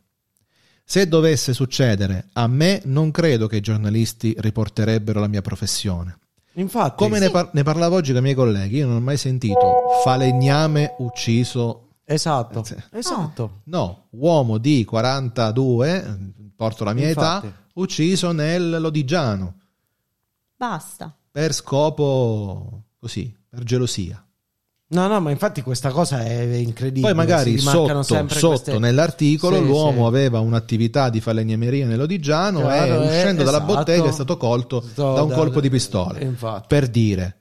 A: Se dovesse succedere a me, non credo che i giornalisti riporterebbero la mia professione.
B: Infatti,
A: Come ne, par- ne parlavo oggi con i miei colleghi, io non ho mai sentito falegname ucciso.
B: esatto,
A: Sì.
B: esatto.
A: No, uomo di 42, porto la mia
B: Infatti.
A: età, ucciso nel Lodigiano
C: Basta.
A: per scopo così, per gelosia.
B: No, no, ma infatti questa cosa è incredibile.
A: Poi magari
B: si rimarcano
A: sotto,
B: sempre
A: sotto
B: queste-
A: nell'articolo
B: Sì,
A: l'uomo
B: sì.
A: aveva un'attività di falegnameria nell'Odigiano
B: Chiaro,
A: e
B: eh,
A: uscendo dalla
B: esatto.
A: bottega è stato colto
B: Sto Eh.
A: da un
B: dal-
A: colpo di pistola.
B: Infatti.
A: Per dire,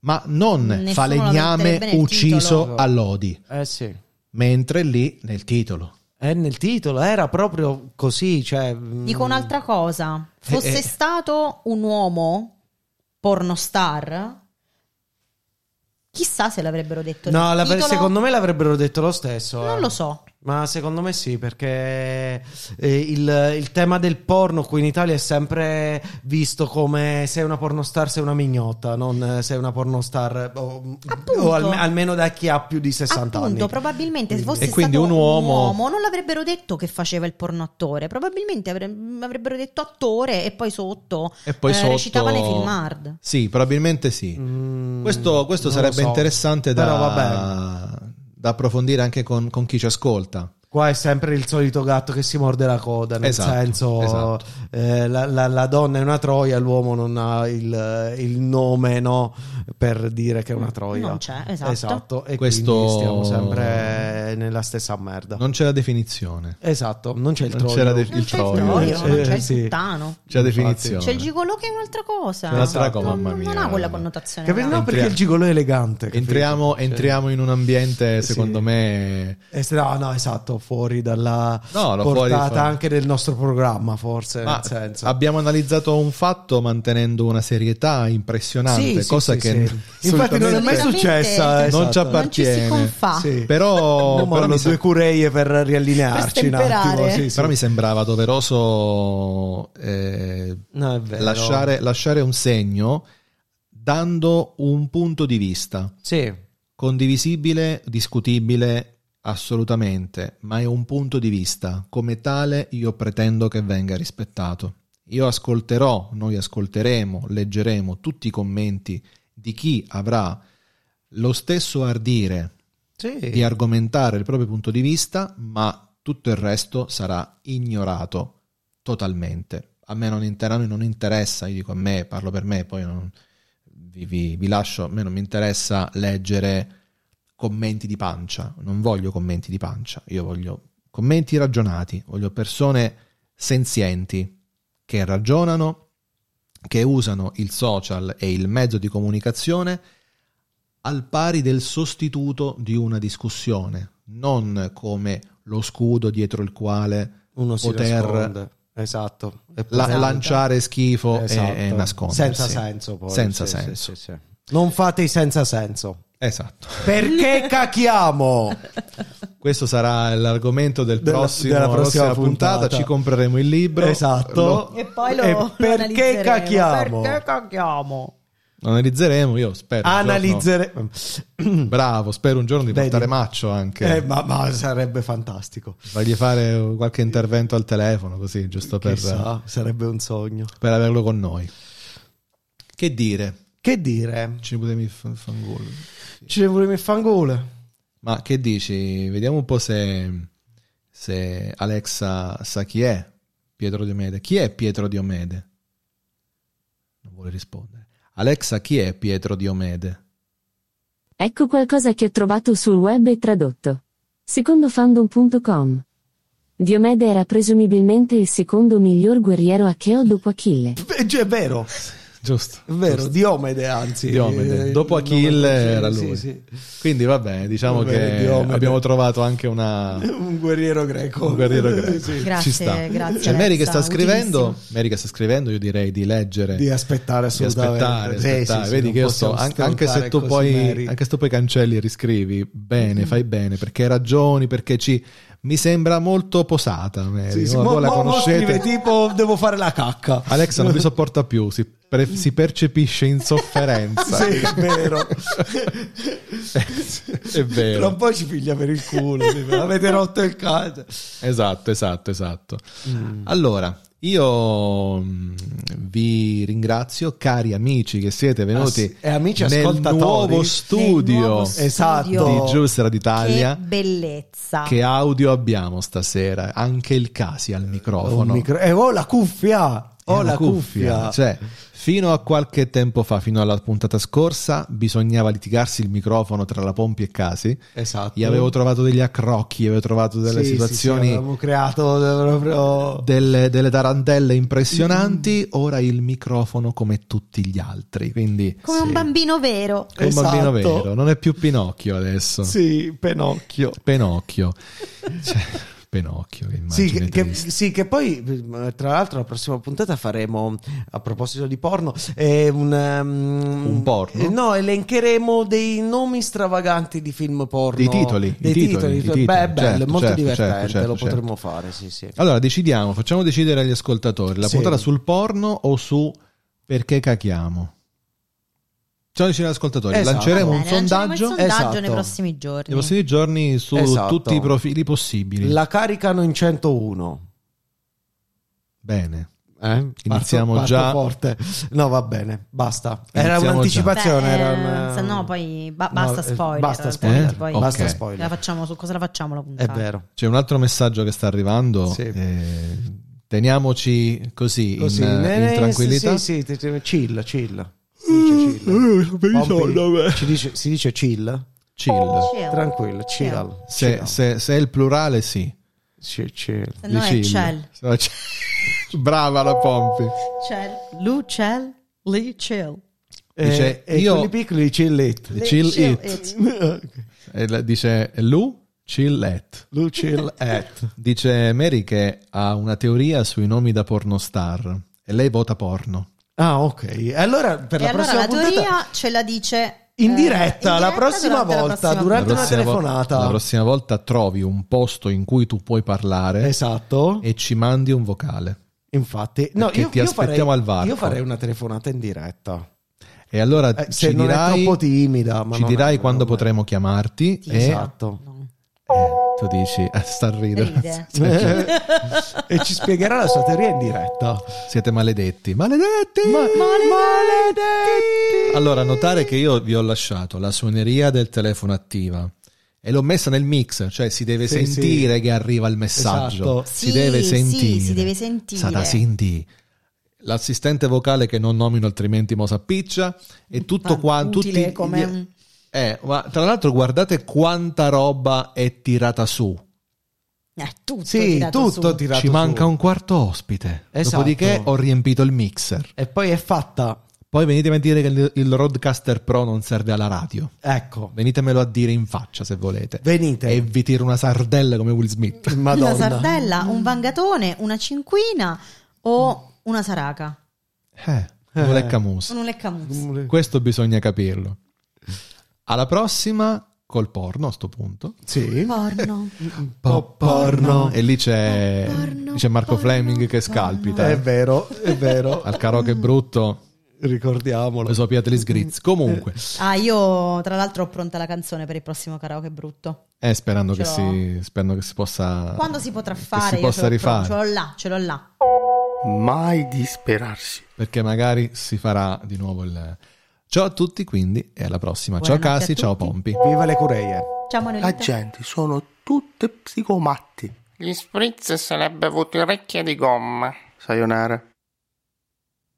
A: ma non
C: Nessuno la
A: falegname
C: metterebbe nel
A: ucciso
B: titolo.
A: a Lodi,
B: Eh sì.
A: mentre lì nel titolo.
B: È nel titolo, era proprio così, cioè...
C: Dico un'altra cosa. Fosse
A: eh.
C: stato un uomo pornostar, chissà se l'avrebbero detto.
B: mm, No,
C: nel
B: l'avre-
C: titolo.
B: secondo me l'avrebbero detto lo stesso. eh.
C: Non lo so.
B: Ma secondo me sì, perché eh, il, il tema del porno qui in Italia è sempre visto come sei una pornostar, sei una mignotta, non eh, sei una pornostar o,
C: Appunto.
B: o alme- almeno da chi ha più di 60
C: Appunto,
B: anni.
C: probabilmente se fosse
A: E quindi
C: stato
A: un uomo-
C: non l'avrebbero detto che faceva il porno attore, probabilmente avre- avrebbero detto attore e poi sotto
A: E poi
C: eh,
A: sotto...
C: recitava nei film hard.
A: Sì, probabilmente sì.
B: Mm,
A: Questo, questo
B: non lo
A: sarebbe
B: so.
A: interessante da,
B: Però vabbè,
A: da approfondire anche con- con chi ci ascolta.
B: qua è sempre il solito gatto che si morde la coda, nel
A: Esatto,
B: senso
A: esatto.
B: eh, la, la- la donna è una troia, l'uomo non ha il, il nome no, per dire che è una troia.
C: Non c'è, esatto.
B: Esatto, e
A: Questo-
B: quindi stiamo sempre nella stessa merda.
A: Non c'è la definizione,
B: Esatto, non c'è il
A: Non
B: troio.
A: c'è la def-
C: Non
A: Il
C: c'è il
A: troio.
C: troio, non
B: Eh,
C: c'è il
B: sì.
C: puttano.
A: c'è la
B: Infatti.
A: definizione.
C: C'è il gigolò che è un'altra cosa.
A: C'è un'altra
B: Esatto.
A: cosa, mamma
C: non,
A: mia.
C: non ha quella connotazione.
B: Capito? No,
C: là.
A: Entri-
B: perché il gigolo è elegante. capito?
A: Entriamo,
B: Cioè-
A: entriamo in un ambiente,
B: Sì.
A: secondo me...
B: Eh, se- No, no, esatto, fuori dalla
A: No, lo fuori-
B: portata
A: fuori-
B: anche del nostro programma, forse.
A: Ma
B: nel senso.
A: abbiamo analizzato un fatto mantenendo una serietà impressionante,
B: Sì, sì,
A: cosa
B: sì, Esatto.
A: che...
B: sì. Infatti non è mai
A: solitamente-
C: Veramente
B: successa.
A: non ci
B: esatto.
C: Non ci si
A: appartiene.
C: confà.
B: Sì.
A: Però,
B: Abbiamo
A: però, mi sem-
B: due cureie per riallinearci un attimo.
C: stemperare.
B: Sì, sì.
A: però mi sembrava doveroso eh,
B: No, è vero.
A: lasciare, lasciare un segno dando un punto di vista.
B: Sì.
A: condivisibile, discutibile, assolutamente, ma è un punto di vista. Come tale io pretendo che venga rispettato. Io ascolterò, noi ascolteremo, leggeremo tutti i commenti di chi avrà lo stesso ardire
B: Sì.
A: di argomentare il proprio punto di vista, ma tutto il resto sarà ignorato totalmente. A me non, inter- a me non interessa, io dico a me, parlo per me, poi non- vi, vi- vi lascio, a me non mi interessa leggere commenti di pancia, non voglio commenti di pancia, io voglio commenti ragionati, voglio persone senzienti che ragionano, che usano il social e il mezzo di comunicazione al pari del sostituto di una discussione, non come lo scudo dietro il quale
B: Uno si
A: poter-
B: nasconde. Esatto. E poi-
A: la-
C: Esatto.
A: lanciare schifo e-
B: Esatto.
A: e, nascondersi.
B: Senza senso poi.
A: Senza
B: Sì, sì,
A: senso.
B: sì, sì. Non fate i senza senso.
A: Esatto.
B: Perché cacchiamo?
A: Questo sarà l'argomento del
B: Della-
A: prossimo,
B: della prossima
A: prossima puntata.
B: puntata.
A: Ci compreremo il libro.
B: Esatto.
A: Lo
C: E poi lo,
B: E
C: lo
B: perché
C: analizzeremo.
B: cacchiamo?
C: Perché cacchiamo?
A: analizzeremo. Io spero. un giorno-
B: Analizzere.
A: Bravo, spero un giorno di
B: Vedi.
A: portare Maccio anche.
B: Eh, ma, ma sarebbe fantastico.
A: Fargli fare qualche intervento al telefono, così, giusto per,
B: Chissà, sarebbe un sogno.
A: per averlo con noi. Che dire?
B: Che dire?
A: Ci potevi fa- fangolo.
B: Ci volevo il fangolo.
A: Ma che dici? Vediamo un po' se, se Alexa sa chi è Pietro Diomede. Chi è Pietro Diomede? Non vuole rispondere. Alexa, chi è Pietro Diomede?
D: Ecco qualcosa che ho trovato sul web e tradotto. Secondo fandom.com. Diomede era presumibilmente il secondo miglior guerriero acheo dopo Achille.
B: Eh, cioè, È vero, è
A: Giusto.
B: vero, Diomede anzi.
A: Diomede.
B: Eh,
A: Dopo
B: il
A: Achille
B: nome-
A: era
B: sì,
A: lui.
B: sì,
A: Quindi vabbè, diciamo
B: Vabbè,
A: che
B: Diomede.
A: abbiamo trovato anche una...
B: sì. Un guerriero greco.
A: Un guerriero greco.
B: Sì.
A: Ci
C: Grazie,
A: sta.
C: grazie.
A: C'è Mary che
C: Alexa,
A: sta scrivendo,
C: utilissimo.
A: Mary che sta scrivendo, io direi di leggere
B: Di aspettare
A: Di
B: assolutamente.
A: aspettare,
B: Sì,
A: aspettare.
B: sì, sì,
A: vedi
B: non
A: che io sto an-
B: possiamo
A: anche se
B: stroncare
A: tu
B: così Mm-hmm.
A: poi
B: Mary.
A: anche se tu poi cancelli e riscrivi bene fai bene perché ragioni perché ci mi sembra molto posata Mary.
B: Sì, sì,
A: Ma
B: mo-
A: Eh, voi la
B: mo- mo
A: conoscete
B: scrive tipo devo fare la cacca.
A: Alexa non mi sopporta più si pre- si percepisce insofferenza.
B: Mm. Sì, è vero.
A: è
B: Tra un
A: vero.
B: po' ci piglia per il culo. tipo, Avete rotto il cazzo.
A: Esatto, esatto, esatto. Allora, io mm, vi ringrazio, cari amici che siete venuti
B: Ass- e amici
A: nel
B: ascoltatori.
A: nuovo studio
C: nuovo
B: Esatto.
A: di
C: studio.
A: Giustra d'Italia.
C: Che bellezza.
A: Che audio abbiamo stasera? Anche il Casi al microfono.
B: Eh, Un micro- E ho la cuffia. Oh,
A: Eh,
B: Ho
A: la cuffia. Cioè, fino a qualche tempo fa, fino alla puntata scorsa, bisognava litigarsi il microfono tra la Pompi e Casi.
B: Esatto.
A: Gli avevo trovato degli accrocchi, gli avevo trovato delle
B: Sì, sì,
A: situazioni,
B: sì, avevamo creato proprio.
A: delle, delle tarantelle impressionanti.
B: Mm.
A: Ora il microfono come tutti gli altri. Quindi,
C: Come un
A: Sì.
C: bambino vero.
A: Come un bambino
B: Esatto.
A: vero. Non è più Pinocchio adesso.
B: Sì, Penocchio.
A: Pinocchio. Cioè, Pinocchio, che
B: Sì
A: immagine
B: che, che-
A: triste.
B: sì, che poi eh, tra l'altro la prossima puntata faremo, a proposito di porno, eh, un, ehm,
A: Un porno?
B: eh, no, elencheremo dei nomi stravaganti di film porno.
A: Dei titoli,
B: Dei
A: i titoli,
B: titoli.
A: i
B: Beh,
A: titoli,
B: è bello,
A: certo,
B: è molto
A: certo,
B: divertente,
A: certo, certo,
B: lo
A: certo.
B: potremmo fare, sì, sì.
A: Allora decidiamo, facciamo decidere agli ascoltatori la
B: Sì.
A: puntata sul porno o su perché cachiamo. Facciamo decidere agli ascoltatori,
B: Esatto.
A: lanceremo
B: Va
A: un
C: Bene, lanceremo
A: sondaggio
C: il sondaggio
B: Esatto.
C: nei prossimi giorni.
A: nei prossimi giorni su
B: Esatto.
A: tutti i profili possibili.
B: La caricano in 101.
A: Bene.
B: Eh?
A: Iniziamo
B: Parto- parto
A: già-
B: forte. No, va bene, basta. Era
A: Iniziamo
B: un'anticipazione,
C: Beh,
B: era
C: eh,
B: un...
C: se no poi ba-
B: No,
C: basta
B: eh,
C: spoiler.
B: Basta
C: altrimenti
A: spoiler,
C: poi
A: Eh? ok.
B: Basta
C: la
B: spoiler.
C: facciamo, su cosa la facciamo la
B: È
C: puntata?
B: vero.
A: C'è un altro messaggio che sta arrivando.
B: Sì.
A: eh, teniamoci così,
B: Così,
A: in,
B: eh,
A: in
B: sì,
A: tranquillità.
B: Sì, Eh, sì, ti- ti- chill, chill. Si
C: Mm,
B: dice
C: eh,
B: chill. Pompi, ci dice- si dice chill?
A: Chill.
C: Chill.
B: Tranquillo, chill.
A: Se,
B: chill.
A: se- se è il plurale, sì.
B: Chill, chill.
C: Se no è
A: Chill.
C: Cell.
A: Se no è chill. Brava la Pompi.
C: Cell. Lu Cell. Li Cell.
A: Dice,
B: e
A: io-
B: con i Eh, piccoli chill it.
C: Li-
A: Chill it.
C: it.
A: E la- dice Lu Chillet.
B: Lu chill
A: Eh.
B: at.
A: Dice Mary che ha una teoria sui nomi da pornostar e lei vota porno.
B: Ah, ok. E Allora, per
C: E
B: la
C: allora
B: prossima
C: la
B: puntata...
C: teoria ce la dice eh,
B: In diretta, la prossima
C: durante la
B: volta,
C: prossima
A: La
B: durante- Tanto una
A: prossima vo-
B: telefonata.
A: la prossima volta trovi un posto in cui tu puoi parlare
B: Esatto.
A: e ci mandi un vocale.
B: Infatti, no,
A: Perché
B: io,
A: ti
B: io
A: aspettiamo
B: farei,
A: al varco.
B: Io farei una telefonata in diretta.
A: E allora
B: Eh, se
A: ci
B: non è
A: dirai,
B: troppo timida, ma
A: ci
B: non è-
A: dirai quando
B: non è-
A: potremo chiamarti
C: Sì,
A: e
B: Esatto.
C: No.
A: eh, tu dici, eh, sta a ridere.
C: Ride.
B: Eh. e ci spiegherà la sua teoria in diretta.
A: Siete maledetti. Maledetti!
B: maledetti!
A: Allora, notare che io vi ho lasciato la suoneria del telefono attiva e l'ho messa nel mix, cioè si deve
B: Sì,
A: sentire
B: sì.
A: che arriva il messaggio.
B: Esatto.
A: Si
C: Sì,
A: deve
C: sì,
A: sentire.
C: si deve sentire.
A: Sara Cindy, l'assistente vocale che non nomino altrimenti mo sappiccia e tutto
C: Ma
A: quanto.
C: utile
A: tutti-
C: come-
A: Eh, ma tra l'altro guardate quanta roba è tirata su.
C: Eh, tutto
B: Sì,
C: tirato
B: tutto
C: su.
B: tirato
A: Ci manca
B: su.
A: un quarto ospite.
B: Esatto.
A: Dopodiché ho riempito il mixer.
B: E poi è fatta.
A: Poi venitemi a dire che il, il Roadcaster Pro non serve alla radio.
B: Ecco.
A: Venitemelo a dire in faccia se volete.
B: Venite.
A: E vi tiro una sardella come Will Smith.
B: Madonna.
C: Una sardella,
B: Mm.
C: un vangatone, una cinquina o una saraca.
A: Eh, non è Camus.
C: Sono un leccamuzzi.
A: Questo bisogna capirlo. Alla prossima col porno a sto punto.
B: Sì.
C: Porno.
B: Mm. Po' porno.
A: E lì c'è,
C: Porno,
A: c'è Marco
C: porno,
A: Fleming che
C: porno.
A: scalpita. eh.
B: È vero, è vero.
A: Al karaoke brutto,
B: Ricordiamolo.
A: le sue piate li
B: Eh.
A: sgrizz. Comunque,
C: Ah, io tra l'altro ho pronta la canzone per il prossimo karaoke brutto.
A: eh, sperando, che
C: Ce
A: si, sperando che si
B: Ah.
A: possa...
C: Quando si potrà
A: che
C: fare?
A: Si
C: Io
A: possa
C: ce l'ho pro-
A: rifare.
C: ce l'ho là, ce l'ho là.
F: Mai disperarsi.
A: perché magari si farà di nuovo il... Ciao a tutti quindi e alla prossima. Ciao
C: Buonanotte a
A: Casi, ciao
C: tutti.
A: Pompi.
B: Viva le Cureie.
C: Ciao
F: La
C: Manuelita.
F: gente sono tutte psicomatti.
H: Gli spritz sarebbe avuto orecchie di gomma.
F: Sayonara.